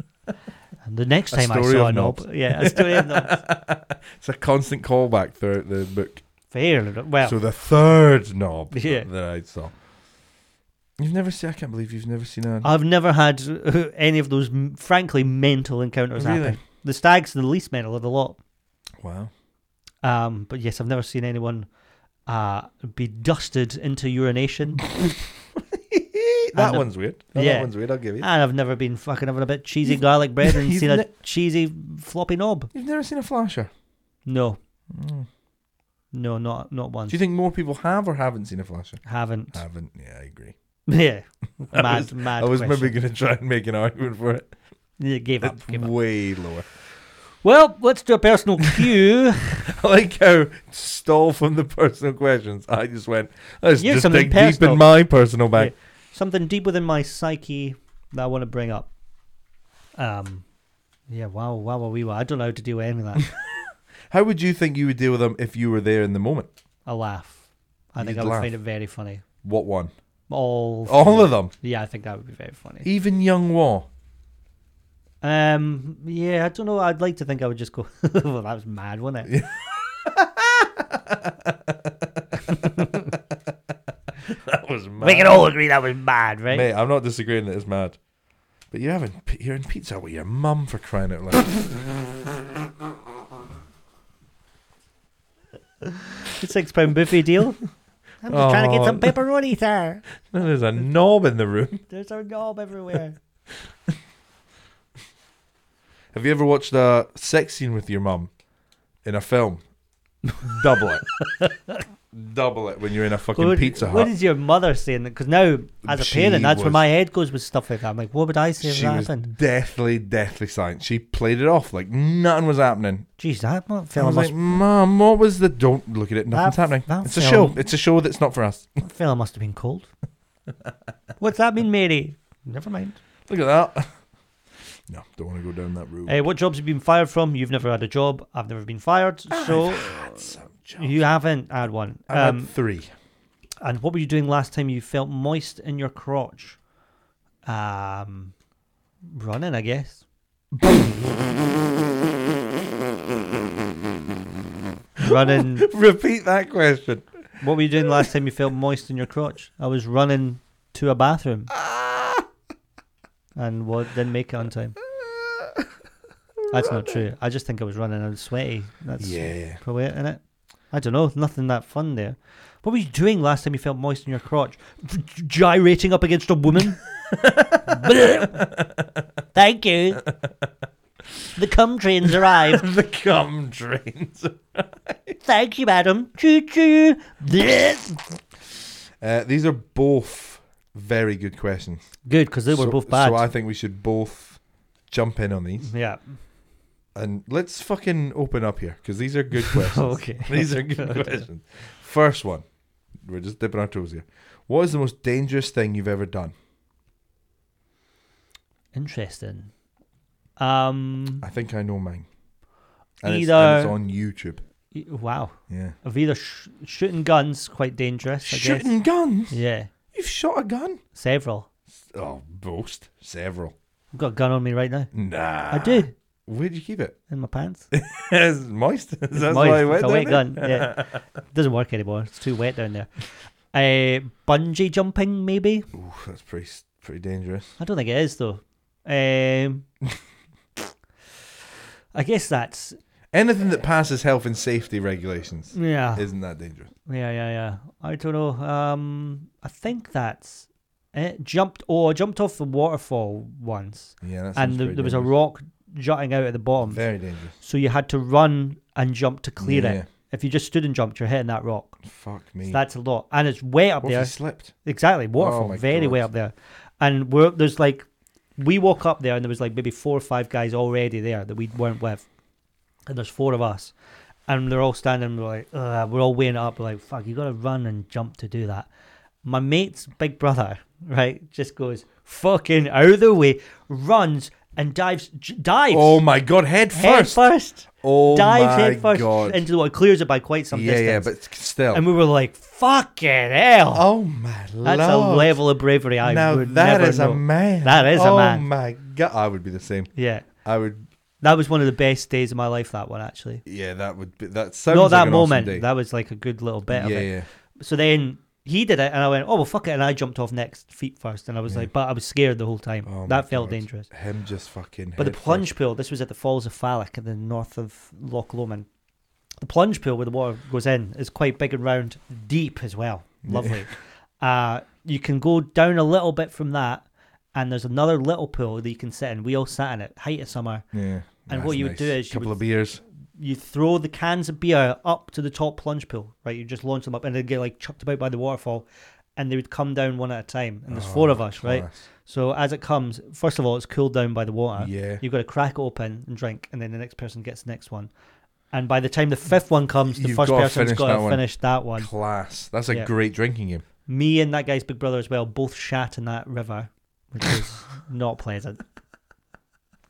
[SPEAKER 1] And the next
[SPEAKER 2] A
[SPEAKER 1] time I
[SPEAKER 2] story
[SPEAKER 1] saw
[SPEAKER 2] of
[SPEAKER 1] a knob, yeah, a story of knobs.
[SPEAKER 2] it's a constant callback throughout the book.
[SPEAKER 1] Fair enough. Well,
[SPEAKER 2] So the third knob
[SPEAKER 1] Yeah.
[SPEAKER 2] that I saw. You've never seen. I can't believe you've never seen a.
[SPEAKER 1] I've never had any of those, m- frankly, mental encounters happen.
[SPEAKER 2] really?
[SPEAKER 1] The stag's the least mental of the lot.
[SPEAKER 2] Wow.
[SPEAKER 1] Um, but yes, I've never seen anyone uh, be dusted into urination,
[SPEAKER 2] that
[SPEAKER 1] the-
[SPEAKER 2] one's weird. That,
[SPEAKER 1] Yeah.
[SPEAKER 2] one's weird. I'll give you.
[SPEAKER 1] and I've never been fucking having a bit cheesy garlic bread and
[SPEAKER 2] You've
[SPEAKER 1] seen a
[SPEAKER 2] ne-
[SPEAKER 1] cheesy floppy knob.
[SPEAKER 2] You've never seen a flasher.
[SPEAKER 1] No,
[SPEAKER 2] Mm.
[SPEAKER 1] no, not not
[SPEAKER 2] Do
[SPEAKER 1] once.
[SPEAKER 2] you think more people have or haven't seen a flasher?
[SPEAKER 1] Haven't.
[SPEAKER 2] Haven't. Yeah, I agree.
[SPEAKER 1] yeah,
[SPEAKER 2] I
[SPEAKER 1] mad,
[SPEAKER 2] was-
[SPEAKER 1] mad.
[SPEAKER 2] I was
[SPEAKER 1] question.
[SPEAKER 2] maybe going to try and make an argument for it.
[SPEAKER 1] Yeah, gave up.
[SPEAKER 2] It's
[SPEAKER 1] Gave up.
[SPEAKER 2] way lower.
[SPEAKER 1] Well, let's do a personal cue.
[SPEAKER 2] I like how stole from the personal questions. I just went. Let's
[SPEAKER 1] Here's
[SPEAKER 2] just
[SPEAKER 1] something
[SPEAKER 2] dig deep
[SPEAKER 1] personal.
[SPEAKER 2] in my personal bag.
[SPEAKER 1] Something deep within my psyche that I want to bring up. Um, yeah, wow, wow, wow, wee, wow. I don't know how to do any of that.
[SPEAKER 2] How would you think you would deal with them if you were there in the moment?
[SPEAKER 1] I laugh. I think
[SPEAKER 2] You'd
[SPEAKER 1] I would
[SPEAKER 2] laugh.
[SPEAKER 1] find it very funny.
[SPEAKER 2] What one?
[SPEAKER 1] All,
[SPEAKER 2] All of E- them.
[SPEAKER 1] Yeah, I think that would be very funny.
[SPEAKER 2] Even Young War.
[SPEAKER 1] Um, yeah, I don't know. I'd like to think I would just go. well, that was mad, wasn't it?
[SPEAKER 2] that that was mad.
[SPEAKER 1] We can all agree that was bad, right?
[SPEAKER 2] Mate, I'm not disagreeing that it's mad. But you're having pi- you're in pizza with your mum for crying out loud.
[SPEAKER 1] Six pound buffet deal. I'm just trying to get some
[SPEAKER 2] Oh.
[SPEAKER 1] pepperoni there.
[SPEAKER 2] Now There's a knob in the room.
[SPEAKER 1] There's a knob everywhere.
[SPEAKER 2] Have you ever watched a sex scene with your mum in a film? Double it. Double it when you're in a fucking
[SPEAKER 1] What-
[SPEAKER 2] pizza
[SPEAKER 1] What
[SPEAKER 2] hut.
[SPEAKER 1] is your mother saying? Because now, as a
[SPEAKER 2] She
[SPEAKER 1] parent, that's where
[SPEAKER 2] was-
[SPEAKER 1] my head goes with stuff like that. I'm like, what would I say if
[SPEAKER 2] she
[SPEAKER 1] that
[SPEAKER 2] was
[SPEAKER 1] happened?
[SPEAKER 2] deathly, deathly silent. She played it off like nothing was happening.
[SPEAKER 1] Jeez, that mo-
[SPEAKER 2] I
[SPEAKER 1] fella
[SPEAKER 2] was
[SPEAKER 1] must,
[SPEAKER 2] like, Mum, what was the? Don't look at it. Nothing's
[SPEAKER 1] That-
[SPEAKER 2] happening.
[SPEAKER 1] that
[SPEAKER 2] It's a
[SPEAKER 1] film-
[SPEAKER 2] show. It's a show that's not for us.
[SPEAKER 1] that fella must have been cold. What's that mean, Mary? Never mind.
[SPEAKER 2] Look at that. No, don't want to go down that road.
[SPEAKER 1] Uh, what jobs have you been fired from? You've never had a job. I've never been fired. So
[SPEAKER 2] Some jobs.
[SPEAKER 1] you haven't had one.
[SPEAKER 2] I've had
[SPEAKER 1] Um,
[SPEAKER 2] three.
[SPEAKER 1] and what were you doing last time you felt moist in your crotch? Um, running, I guess. running.
[SPEAKER 2] Repeat that question.
[SPEAKER 1] What were you doing last time you felt moist in your crotch? I was running to a bathroom. and what didn't make it on time. That's not true. I just think I was running and sweaty. That's
[SPEAKER 2] Yeah.
[SPEAKER 1] probably it, innit? I don't know. Nothing that fun there. What were you doing last time you felt moist in your crotch? Gyrating up against a woman? Blech. Thank you. The cum train's arrived.
[SPEAKER 2] the cum drains.
[SPEAKER 1] Thank you, madam. Choo choo. Blech.
[SPEAKER 2] Uh, these are both very good questions.
[SPEAKER 1] Good, because they were
[SPEAKER 2] so,
[SPEAKER 1] both bad.
[SPEAKER 2] So I think we should both jump in on these
[SPEAKER 1] yeah.
[SPEAKER 2] and let's fucking open up here because these are good questions.
[SPEAKER 1] Okay.
[SPEAKER 2] These are good questions. First one. We're just dipping our toes here. What is the most dangerous thing you've ever done?
[SPEAKER 1] Interesting. Um.
[SPEAKER 2] I think I know mine. And, it's,
[SPEAKER 1] Either-
[SPEAKER 2] and it's on YouTube.
[SPEAKER 1] y- Wow.
[SPEAKER 2] Yeah.
[SPEAKER 1] Of either sh- shooting guns, quite dangerous. I
[SPEAKER 2] Shooting guns?
[SPEAKER 1] Guess. Yeah.
[SPEAKER 2] You've shot a gun?
[SPEAKER 1] Several.
[SPEAKER 2] Oh, boast. Several.
[SPEAKER 1] I've got a gun on me right now.
[SPEAKER 2] Nah.
[SPEAKER 1] I do
[SPEAKER 2] Where'd you keep it?
[SPEAKER 1] in my pants.
[SPEAKER 2] it's moist. That's
[SPEAKER 1] Moist,
[SPEAKER 2] why I went
[SPEAKER 1] it's a wet
[SPEAKER 2] down
[SPEAKER 1] gun. Yeah. Doesn't work anymore. It's too wet down there. Uh, bungee jumping, maybe.
[SPEAKER 2] there. Ooh, that's pretty s- pretty dangerous.
[SPEAKER 1] I don't think it is though. Um. I guess that's
[SPEAKER 2] Anything that passes health and safety regulations
[SPEAKER 1] yeah.
[SPEAKER 2] isn't that dangerous.
[SPEAKER 1] Yeah, yeah, yeah. I don't know. Um, I think that's it. Jumped or jumped off the waterfall once,
[SPEAKER 2] Yeah, that sounds
[SPEAKER 1] and the,
[SPEAKER 2] pretty
[SPEAKER 1] there was a
[SPEAKER 2] dangerous.
[SPEAKER 1] rock jutting out at the bottom,
[SPEAKER 2] Very dangerous.
[SPEAKER 1] so you had to run and jump to clear
[SPEAKER 2] Yeah.
[SPEAKER 1] it. If you just stood and jumped, you're hitting that rock.
[SPEAKER 2] Fuck me.
[SPEAKER 1] So that's a lot, and it's way up
[SPEAKER 2] what if
[SPEAKER 1] there.
[SPEAKER 2] you slipped?
[SPEAKER 1] Exactly, waterfall,
[SPEAKER 2] Oh my
[SPEAKER 1] very way
[SPEAKER 2] God.
[SPEAKER 1] up there, and we're there's like we walk up there, and there was like maybe four or five guys already there that we weren't with, and there's four of us, and they're all standing, we're like, Ugh, we're all weighing it up, we're like, fuck, you gotta run and jump to do that. My mate's big brother, right, just goes fucking out of the way, runs and dives, j- dives.
[SPEAKER 2] Oh my god, head
[SPEAKER 1] Head
[SPEAKER 2] first.
[SPEAKER 1] first,
[SPEAKER 2] oh
[SPEAKER 1] dives
[SPEAKER 2] my
[SPEAKER 1] head first
[SPEAKER 2] god.
[SPEAKER 1] into the water, clears it by quite some
[SPEAKER 2] yeah, yeah,
[SPEAKER 1] distance.
[SPEAKER 2] but still.
[SPEAKER 1] and we were like, "Fucking hell!"
[SPEAKER 2] oh my
[SPEAKER 1] That's a
[SPEAKER 2] lord.
[SPEAKER 1] level of bravery I
[SPEAKER 2] now
[SPEAKER 1] would
[SPEAKER 2] that
[SPEAKER 1] never
[SPEAKER 2] is
[SPEAKER 1] know.
[SPEAKER 2] a man.
[SPEAKER 1] That is a
[SPEAKER 2] Oh
[SPEAKER 1] man.
[SPEAKER 2] my god, I would be the same.
[SPEAKER 1] Yeah,
[SPEAKER 2] I would.
[SPEAKER 1] that was one of the best days of my life. That one actually,
[SPEAKER 2] Yeah, that would be. That sounds
[SPEAKER 1] not that
[SPEAKER 2] like an awesome
[SPEAKER 1] moment.
[SPEAKER 2] day.
[SPEAKER 1] that was like a good little bit of
[SPEAKER 2] yeah,
[SPEAKER 1] it.
[SPEAKER 2] yeah.
[SPEAKER 1] So then he did it, and I went, "Oh well, fuck it," and I jumped off next feet first, and I was
[SPEAKER 2] Yeah.
[SPEAKER 1] like, "But I was scared the whole time.
[SPEAKER 2] Oh my
[SPEAKER 1] that felt
[SPEAKER 2] God.
[SPEAKER 1] dangerous."
[SPEAKER 2] Him just fucking.
[SPEAKER 1] But the
[SPEAKER 2] head
[SPEAKER 1] plunge pool, this was at the Falls of Fallock in the north of Loch Lomond. The plunge pool where the water goes in is quite big and round, deep as well. Lovely. uh, you can go down a little bit from that, and there's another little pool that you can sit in. We all sat in it, height of summer.
[SPEAKER 2] first. Yeah.
[SPEAKER 1] And what
[SPEAKER 2] that's
[SPEAKER 1] you would do is you
[SPEAKER 2] couple
[SPEAKER 1] would-
[SPEAKER 2] of beers.
[SPEAKER 1] You throw the cans of beer up to the top plunge pool, right? You just launch them up, and they get like chucked about by the waterfall, and they would come down one at a time. And there's
[SPEAKER 2] Oh,
[SPEAKER 1] four of us, right?
[SPEAKER 2] class.
[SPEAKER 1] So as it comes, first of all, it's cooled down by the water.
[SPEAKER 2] Yeah.
[SPEAKER 1] You've got to crack it open and drink, and then the next person gets the next one. And by the time the fifth one comes, the
[SPEAKER 2] You've
[SPEAKER 1] first
[SPEAKER 2] gotta
[SPEAKER 1] person's
[SPEAKER 2] finish
[SPEAKER 1] got
[SPEAKER 2] that
[SPEAKER 1] to
[SPEAKER 2] one.
[SPEAKER 1] finish that one.
[SPEAKER 2] Class. That's a
[SPEAKER 1] Yeah.
[SPEAKER 2] great drinking game.
[SPEAKER 1] Me and that guy's big brother as well both shat in that river, which was not pleasant.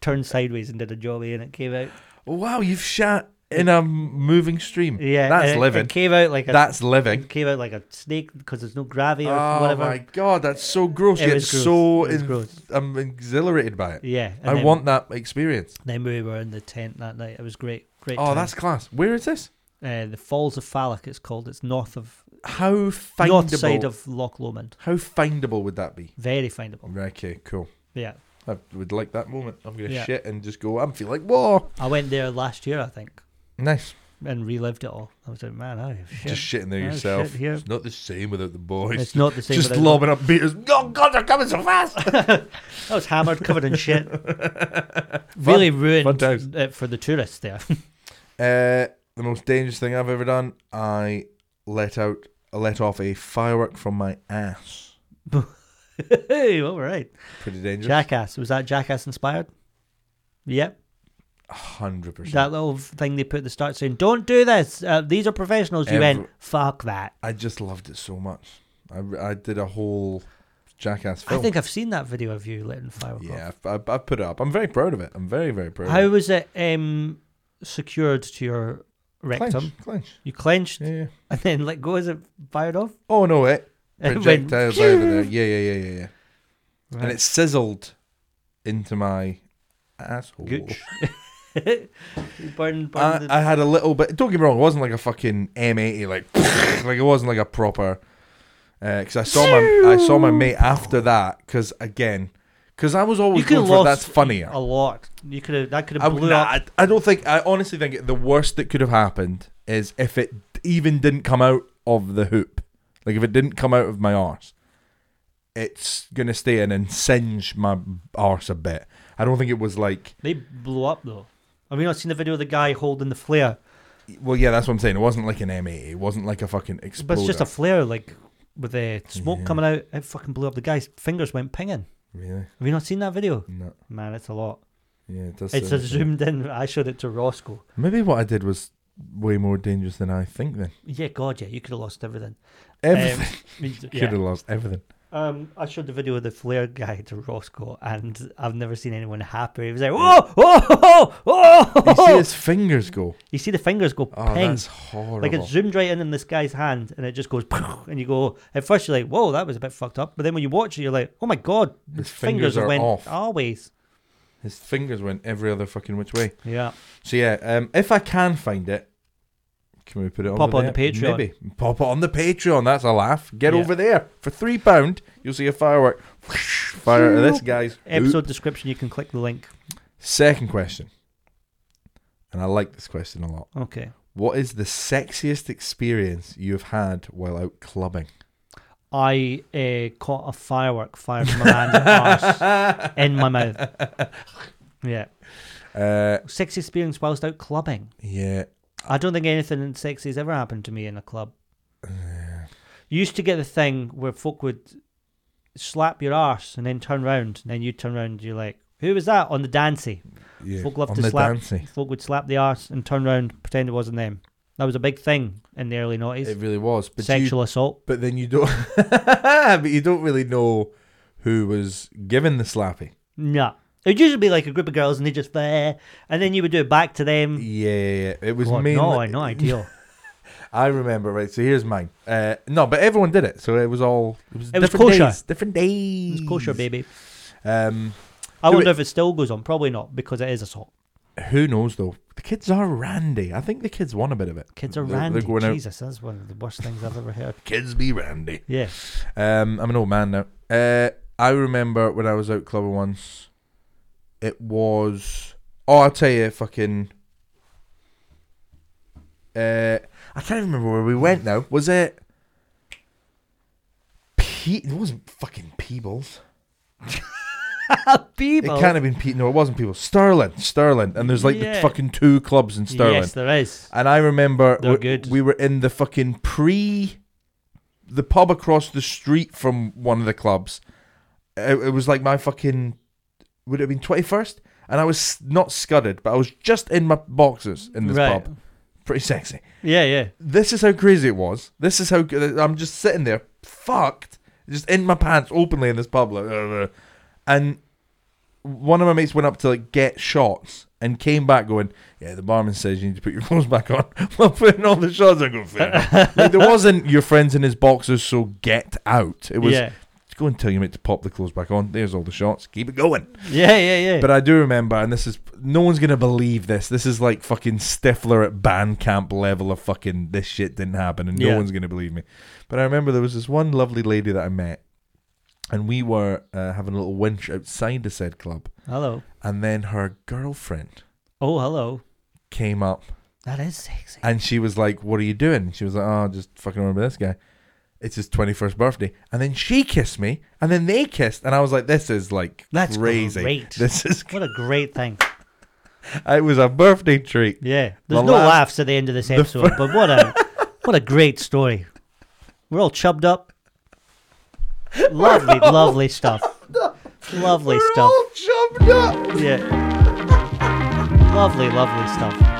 [SPEAKER 1] Turned sideways and did a jolly, and it came out.
[SPEAKER 2] Oh, Wow, you've shat in a moving stream.
[SPEAKER 1] Yeah,
[SPEAKER 2] Mm. that's
[SPEAKER 1] and it-
[SPEAKER 2] living.
[SPEAKER 1] It came out like a
[SPEAKER 2] that's living.
[SPEAKER 1] It came out like a snake because there's no gravity or
[SPEAKER 2] Oh
[SPEAKER 1] whatever.
[SPEAKER 2] my god, that's so gross.
[SPEAKER 1] It
[SPEAKER 2] Yet
[SPEAKER 1] was gross.
[SPEAKER 2] so
[SPEAKER 1] It was
[SPEAKER 2] en-
[SPEAKER 1] gross.
[SPEAKER 2] I'm exhilarated by it.
[SPEAKER 1] Yeah, and
[SPEAKER 2] I
[SPEAKER 1] then-
[SPEAKER 2] want that experience.
[SPEAKER 1] Then we were in the tent that night. It was great, great.
[SPEAKER 2] Oh,
[SPEAKER 1] time.
[SPEAKER 2] that's class. Where is this?
[SPEAKER 1] uh, the Falls of Falak. It's called. It's north of
[SPEAKER 2] how findable?
[SPEAKER 1] north side of Loch Lomond.
[SPEAKER 2] how findable would that be?
[SPEAKER 1] Very findable.
[SPEAKER 2] Okay, cool.
[SPEAKER 1] Yeah,
[SPEAKER 2] I would like that moment. I'm gonna
[SPEAKER 1] Yeah.
[SPEAKER 2] shit and just go. I'm feeling like whoa,
[SPEAKER 1] I went there last year, I think,
[SPEAKER 2] nice.
[SPEAKER 1] and relived it all. I was like, man, I have shit.
[SPEAKER 2] Just shitting there
[SPEAKER 1] Oh,
[SPEAKER 2] yourself.
[SPEAKER 1] shit, yeah.
[SPEAKER 2] It's not the same without the boys.
[SPEAKER 1] it's not the same.
[SPEAKER 2] just
[SPEAKER 1] without them.
[SPEAKER 2] lobbing up beers. Oh god, they're coming so fast.
[SPEAKER 1] I was hammered, covered in shit. really
[SPEAKER 2] fun
[SPEAKER 1] ruined
[SPEAKER 2] times.
[SPEAKER 1] it for the tourists there.
[SPEAKER 2] Uh, the most dangerous thing I've ever done. I let out, I let off a firework from my ass.
[SPEAKER 1] hey, all right.
[SPEAKER 2] Pretty dangerous.
[SPEAKER 1] Jackass. Was that Jackass inspired? Yep.
[SPEAKER 2] Hundred percent.
[SPEAKER 1] That little thing they put at the start saying, don't do this. Uh, these are professionals. You
[SPEAKER 2] Every-
[SPEAKER 1] went, fuck that.
[SPEAKER 2] I just loved it so much. I, I did a whole jackass
[SPEAKER 1] I
[SPEAKER 2] film.
[SPEAKER 1] think I've seen that video of you letting firework
[SPEAKER 2] yeah, I, I I put it up. I'm very proud of it. I'm very very proud.
[SPEAKER 1] off. How
[SPEAKER 2] of
[SPEAKER 1] was it um, secured to your
[SPEAKER 2] it.
[SPEAKER 1] rectum?
[SPEAKER 2] Clench, clench.
[SPEAKER 1] You clenched
[SPEAKER 2] Yeah, yeah.
[SPEAKER 1] and then let go as it fired off?
[SPEAKER 2] Oh no, it
[SPEAKER 1] It went
[SPEAKER 2] projectiles out of there. Yeah, yeah, yeah, yeah, yeah.
[SPEAKER 1] Right.
[SPEAKER 2] And it sizzled into my asshole.
[SPEAKER 1] Gooch. You burned- burned
[SPEAKER 2] I,
[SPEAKER 1] the-
[SPEAKER 2] I had a little bit. Don't get me wrong, it wasn't like a fucking M80, like like it wasn't like a proper. Because I saw my I saw my mate after that. Because again, because I was always
[SPEAKER 1] You could
[SPEAKER 2] going
[SPEAKER 1] have
[SPEAKER 2] for
[SPEAKER 1] lost
[SPEAKER 2] that's funnier.
[SPEAKER 1] a lot. You could have that could
[SPEAKER 2] I,
[SPEAKER 1] have blew
[SPEAKER 2] nah,
[SPEAKER 1] up.
[SPEAKER 2] I, I don't think I honestly think the worst that could have happened is if it even didn't come out of the hoop, like if it didn't come out of my arse, it's gonna stay in and singe my arse a bit. I don't think it was like
[SPEAKER 1] They blew up though. Have you not seen the video of the guy holding the flare?
[SPEAKER 2] well, yeah, that's what I'm saying. It wasn't like an M80. It wasn't like a fucking explosion.
[SPEAKER 1] But it's just a flare, like with the smoke
[SPEAKER 2] Yeah.
[SPEAKER 1] coming out. It fucking blew up. The guy's fingers went pinging.
[SPEAKER 2] really
[SPEAKER 1] Have you not seen that video?
[SPEAKER 2] no.
[SPEAKER 1] Man, it's a lot.
[SPEAKER 2] Yeah, it does.
[SPEAKER 1] It's
[SPEAKER 2] say
[SPEAKER 1] a
[SPEAKER 2] that.
[SPEAKER 1] zoomed in. I showed it to Roscoe.
[SPEAKER 2] Maybe what I did was way more dangerous than I think. Then
[SPEAKER 1] Yeah, God, yeah, you could have lost everything.
[SPEAKER 2] everything
[SPEAKER 1] Um,
[SPEAKER 2] could have
[SPEAKER 1] yeah.
[SPEAKER 2] lost everything.
[SPEAKER 1] um, I showed the video of the flare guy to Roscoe, and I've never seen anyone happier. He was like, "Whoa, whoa, whoa, whoa!"
[SPEAKER 2] You see his fingers go.
[SPEAKER 1] You see the fingers go
[SPEAKER 2] Oh,
[SPEAKER 1] ping.
[SPEAKER 2] that's horrible.
[SPEAKER 1] Like it zoomed right in in this guy's hand, and it just goes, and you go. At first, you're like, "Whoa, that was a bit fucked up," but then when you watch it, you're like, "Oh my god,
[SPEAKER 2] His
[SPEAKER 1] fingers,
[SPEAKER 2] fingers are
[SPEAKER 1] went
[SPEAKER 2] off.
[SPEAKER 1] always."
[SPEAKER 2] His fingers went every other fucking which way.
[SPEAKER 1] Yeah,
[SPEAKER 2] So yeah, um, if I can find it, can we put it
[SPEAKER 1] Pop
[SPEAKER 2] over
[SPEAKER 1] on
[SPEAKER 2] there?
[SPEAKER 1] the Patreon.
[SPEAKER 2] Maybe pop it on the Patreon. That's a laugh. Get
[SPEAKER 1] Yeah.
[SPEAKER 2] over there for three pound. You'll see a firework. Fire out of this guy's
[SPEAKER 1] episode
[SPEAKER 2] hoop.
[SPEAKER 1] description. You can click the link.
[SPEAKER 2] Second question, and I like this question a lot.
[SPEAKER 1] Okay.
[SPEAKER 2] What is the sexiest experience you have had while out clubbing?
[SPEAKER 1] I uh, caught a firework fired from a man's arse in my mouth. Yeah,
[SPEAKER 2] Uh,
[SPEAKER 1] sex experience whilst out clubbing.
[SPEAKER 2] yeah,
[SPEAKER 1] I don't think anything sexy has ever happened to me in a club. You used to get the thing where folk would slap your arse and then turn round, and then you turn round and you're like, "Who was that on the dancey?"
[SPEAKER 2] yeah.
[SPEAKER 1] Folk love
[SPEAKER 2] on
[SPEAKER 1] to
[SPEAKER 2] the
[SPEAKER 1] slap.
[SPEAKER 2] dancing.
[SPEAKER 1] Folk would slap the arse and turn round, pretend it wasn't them. That was a big thing in the early
[SPEAKER 2] It
[SPEAKER 1] noughties.
[SPEAKER 2] really was. But you
[SPEAKER 1] Sexual assault.
[SPEAKER 2] But then you don't, but you don't really know who was given the slappy.
[SPEAKER 1] No. It would usually be like a group of girls and they just, "Eh," and then you would do it back to them.
[SPEAKER 2] Yeah, yeah, yeah. it was
[SPEAKER 1] God,
[SPEAKER 2] mainly.
[SPEAKER 1] no, not ideal.
[SPEAKER 2] I remember right. So here's mine. Uh, no, but everyone did it, so it was all. It was,
[SPEAKER 1] It was
[SPEAKER 2] different
[SPEAKER 1] kosher.
[SPEAKER 2] Days, different days.
[SPEAKER 1] It's kosher, baby.
[SPEAKER 2] Um,
[SPEAKER 1] I
[SPEAKER 2] Do
[SPEAKER 1] wonder
[SPEAKER 2] it.
[SPEAKER 1] if it still goes on. Probably not, because it is assault.
[SPEAKER 2] who knows though? The kids are randy. I think the kids want a bit of it.
[SPEAKER 1] Kids are
[SPEAKER 2] They're- they're
[SPEAKER 1] randy.
[SPEAKER 2] going out-
[SPEAKER 1] Jesus, that's one of the worst things I've ever heard.
[SPEAKER 2] Kids be randy.
[SPEAKER 1] Yeah.
[SPEAKER 2] Um, I'm an old man now. Uh, I remember when I was out clubbing once. It was oh, I'll tell you, fucking. Uh, I can't even remember where we went now. Was it? Pe- it wasn't fucking Peebles.
[SPEAKER 1] People.
[SPEAKER 2] It can't have been Pe- No, it wasn't Peebles. Sterling, Sterling, and there's like
[SPEAKER 1] Yeah.
[SPEAKER 2] the fucking two clubs in Sterling.
[SPEAKER 1] Yes, there is.
[SPEAKER 2] And I remember
[SPEAKER 1] They're
[SPEAKER 2] we,
[SPEAKER 1] good.
[SPEAKER 2] we were in the fucking pre, the pub across the street from one of the clubs. Uh, It, it was like my fucking, would it have been 21st? And I was not scudded, but I was just in my boxes in this
[SPEAKER 1] Right.
[SPEAKER 2] pub. Pretty sexy.
[SPEAKER 1] Yeah, yeah.
[SPEAKER 2] This is how crazy it was. This is how good. I'm just sitting there, fucked, just in my pants openly in this pub. Like, "Ugh." and one of my mates went up to like get shots and came back going, "Yeah, the barman says you need to put your clothes back on." While putting all the shots, I go, "Fair." enough." like there wasn't your friends in his boxes, so get out. It was
[SPEAKER 1] yeah.
[SPEAKER 2] Just go and tell your mate to pop the clothes back on. There's all the shots. Keep it going.
[SPEAKER 1] Yeah, yeah, yeah.
[SPEAKER 2] But I do remember, and this is no one's gonna believe this. This is like fucking Stifler at band camp level of fucking this shit didn't happen, and
[SPEAKER 1] Yeah.
[SPEAKER 2] no one's gonna believe me. But I remember there was this one lovely lady that I met, and we were uh, having a little winch outside the said club,
[SPEAKER 1] hello.
[SPEAKER 2] and then her girlfriend
[SPEAKER 1] Oh, hello.
[SPEAKER 2] came up,
[SPEAKER 1] That is sexy.
[SPEAKER 2] and she was like, "What are you doing?" She was like, "Oh, just fucking remember this guy." It's his twenty first birthday, and then she kissed me, and then they kissed, and I was like, "This is like
[SPEAKER 1] That's
[SPEAKER 2] crazy.
[SPEAKER 1] great.
[SPEAKER 2] This is
[SPEAKER 1] What a great thing.
[SPEAKER 2] it was a birthday treat."
[SPEAKER 1] Yeah. There's
[SPEAKER 2] The
[SPEAKER 1] no
[SPEAKER 2] last-
[SPEAKER 1] laughs at the end of this episode, but what a what a great story. We're all chubbed up. Lovely, lovely stuff. Lovely
[SPEAKER 2] We're
[SPEAKER 1] stuff.
[SPEAKER 2] all chubbed up.
[SPEAKER 1] Yeah. lovely, lovely stuff.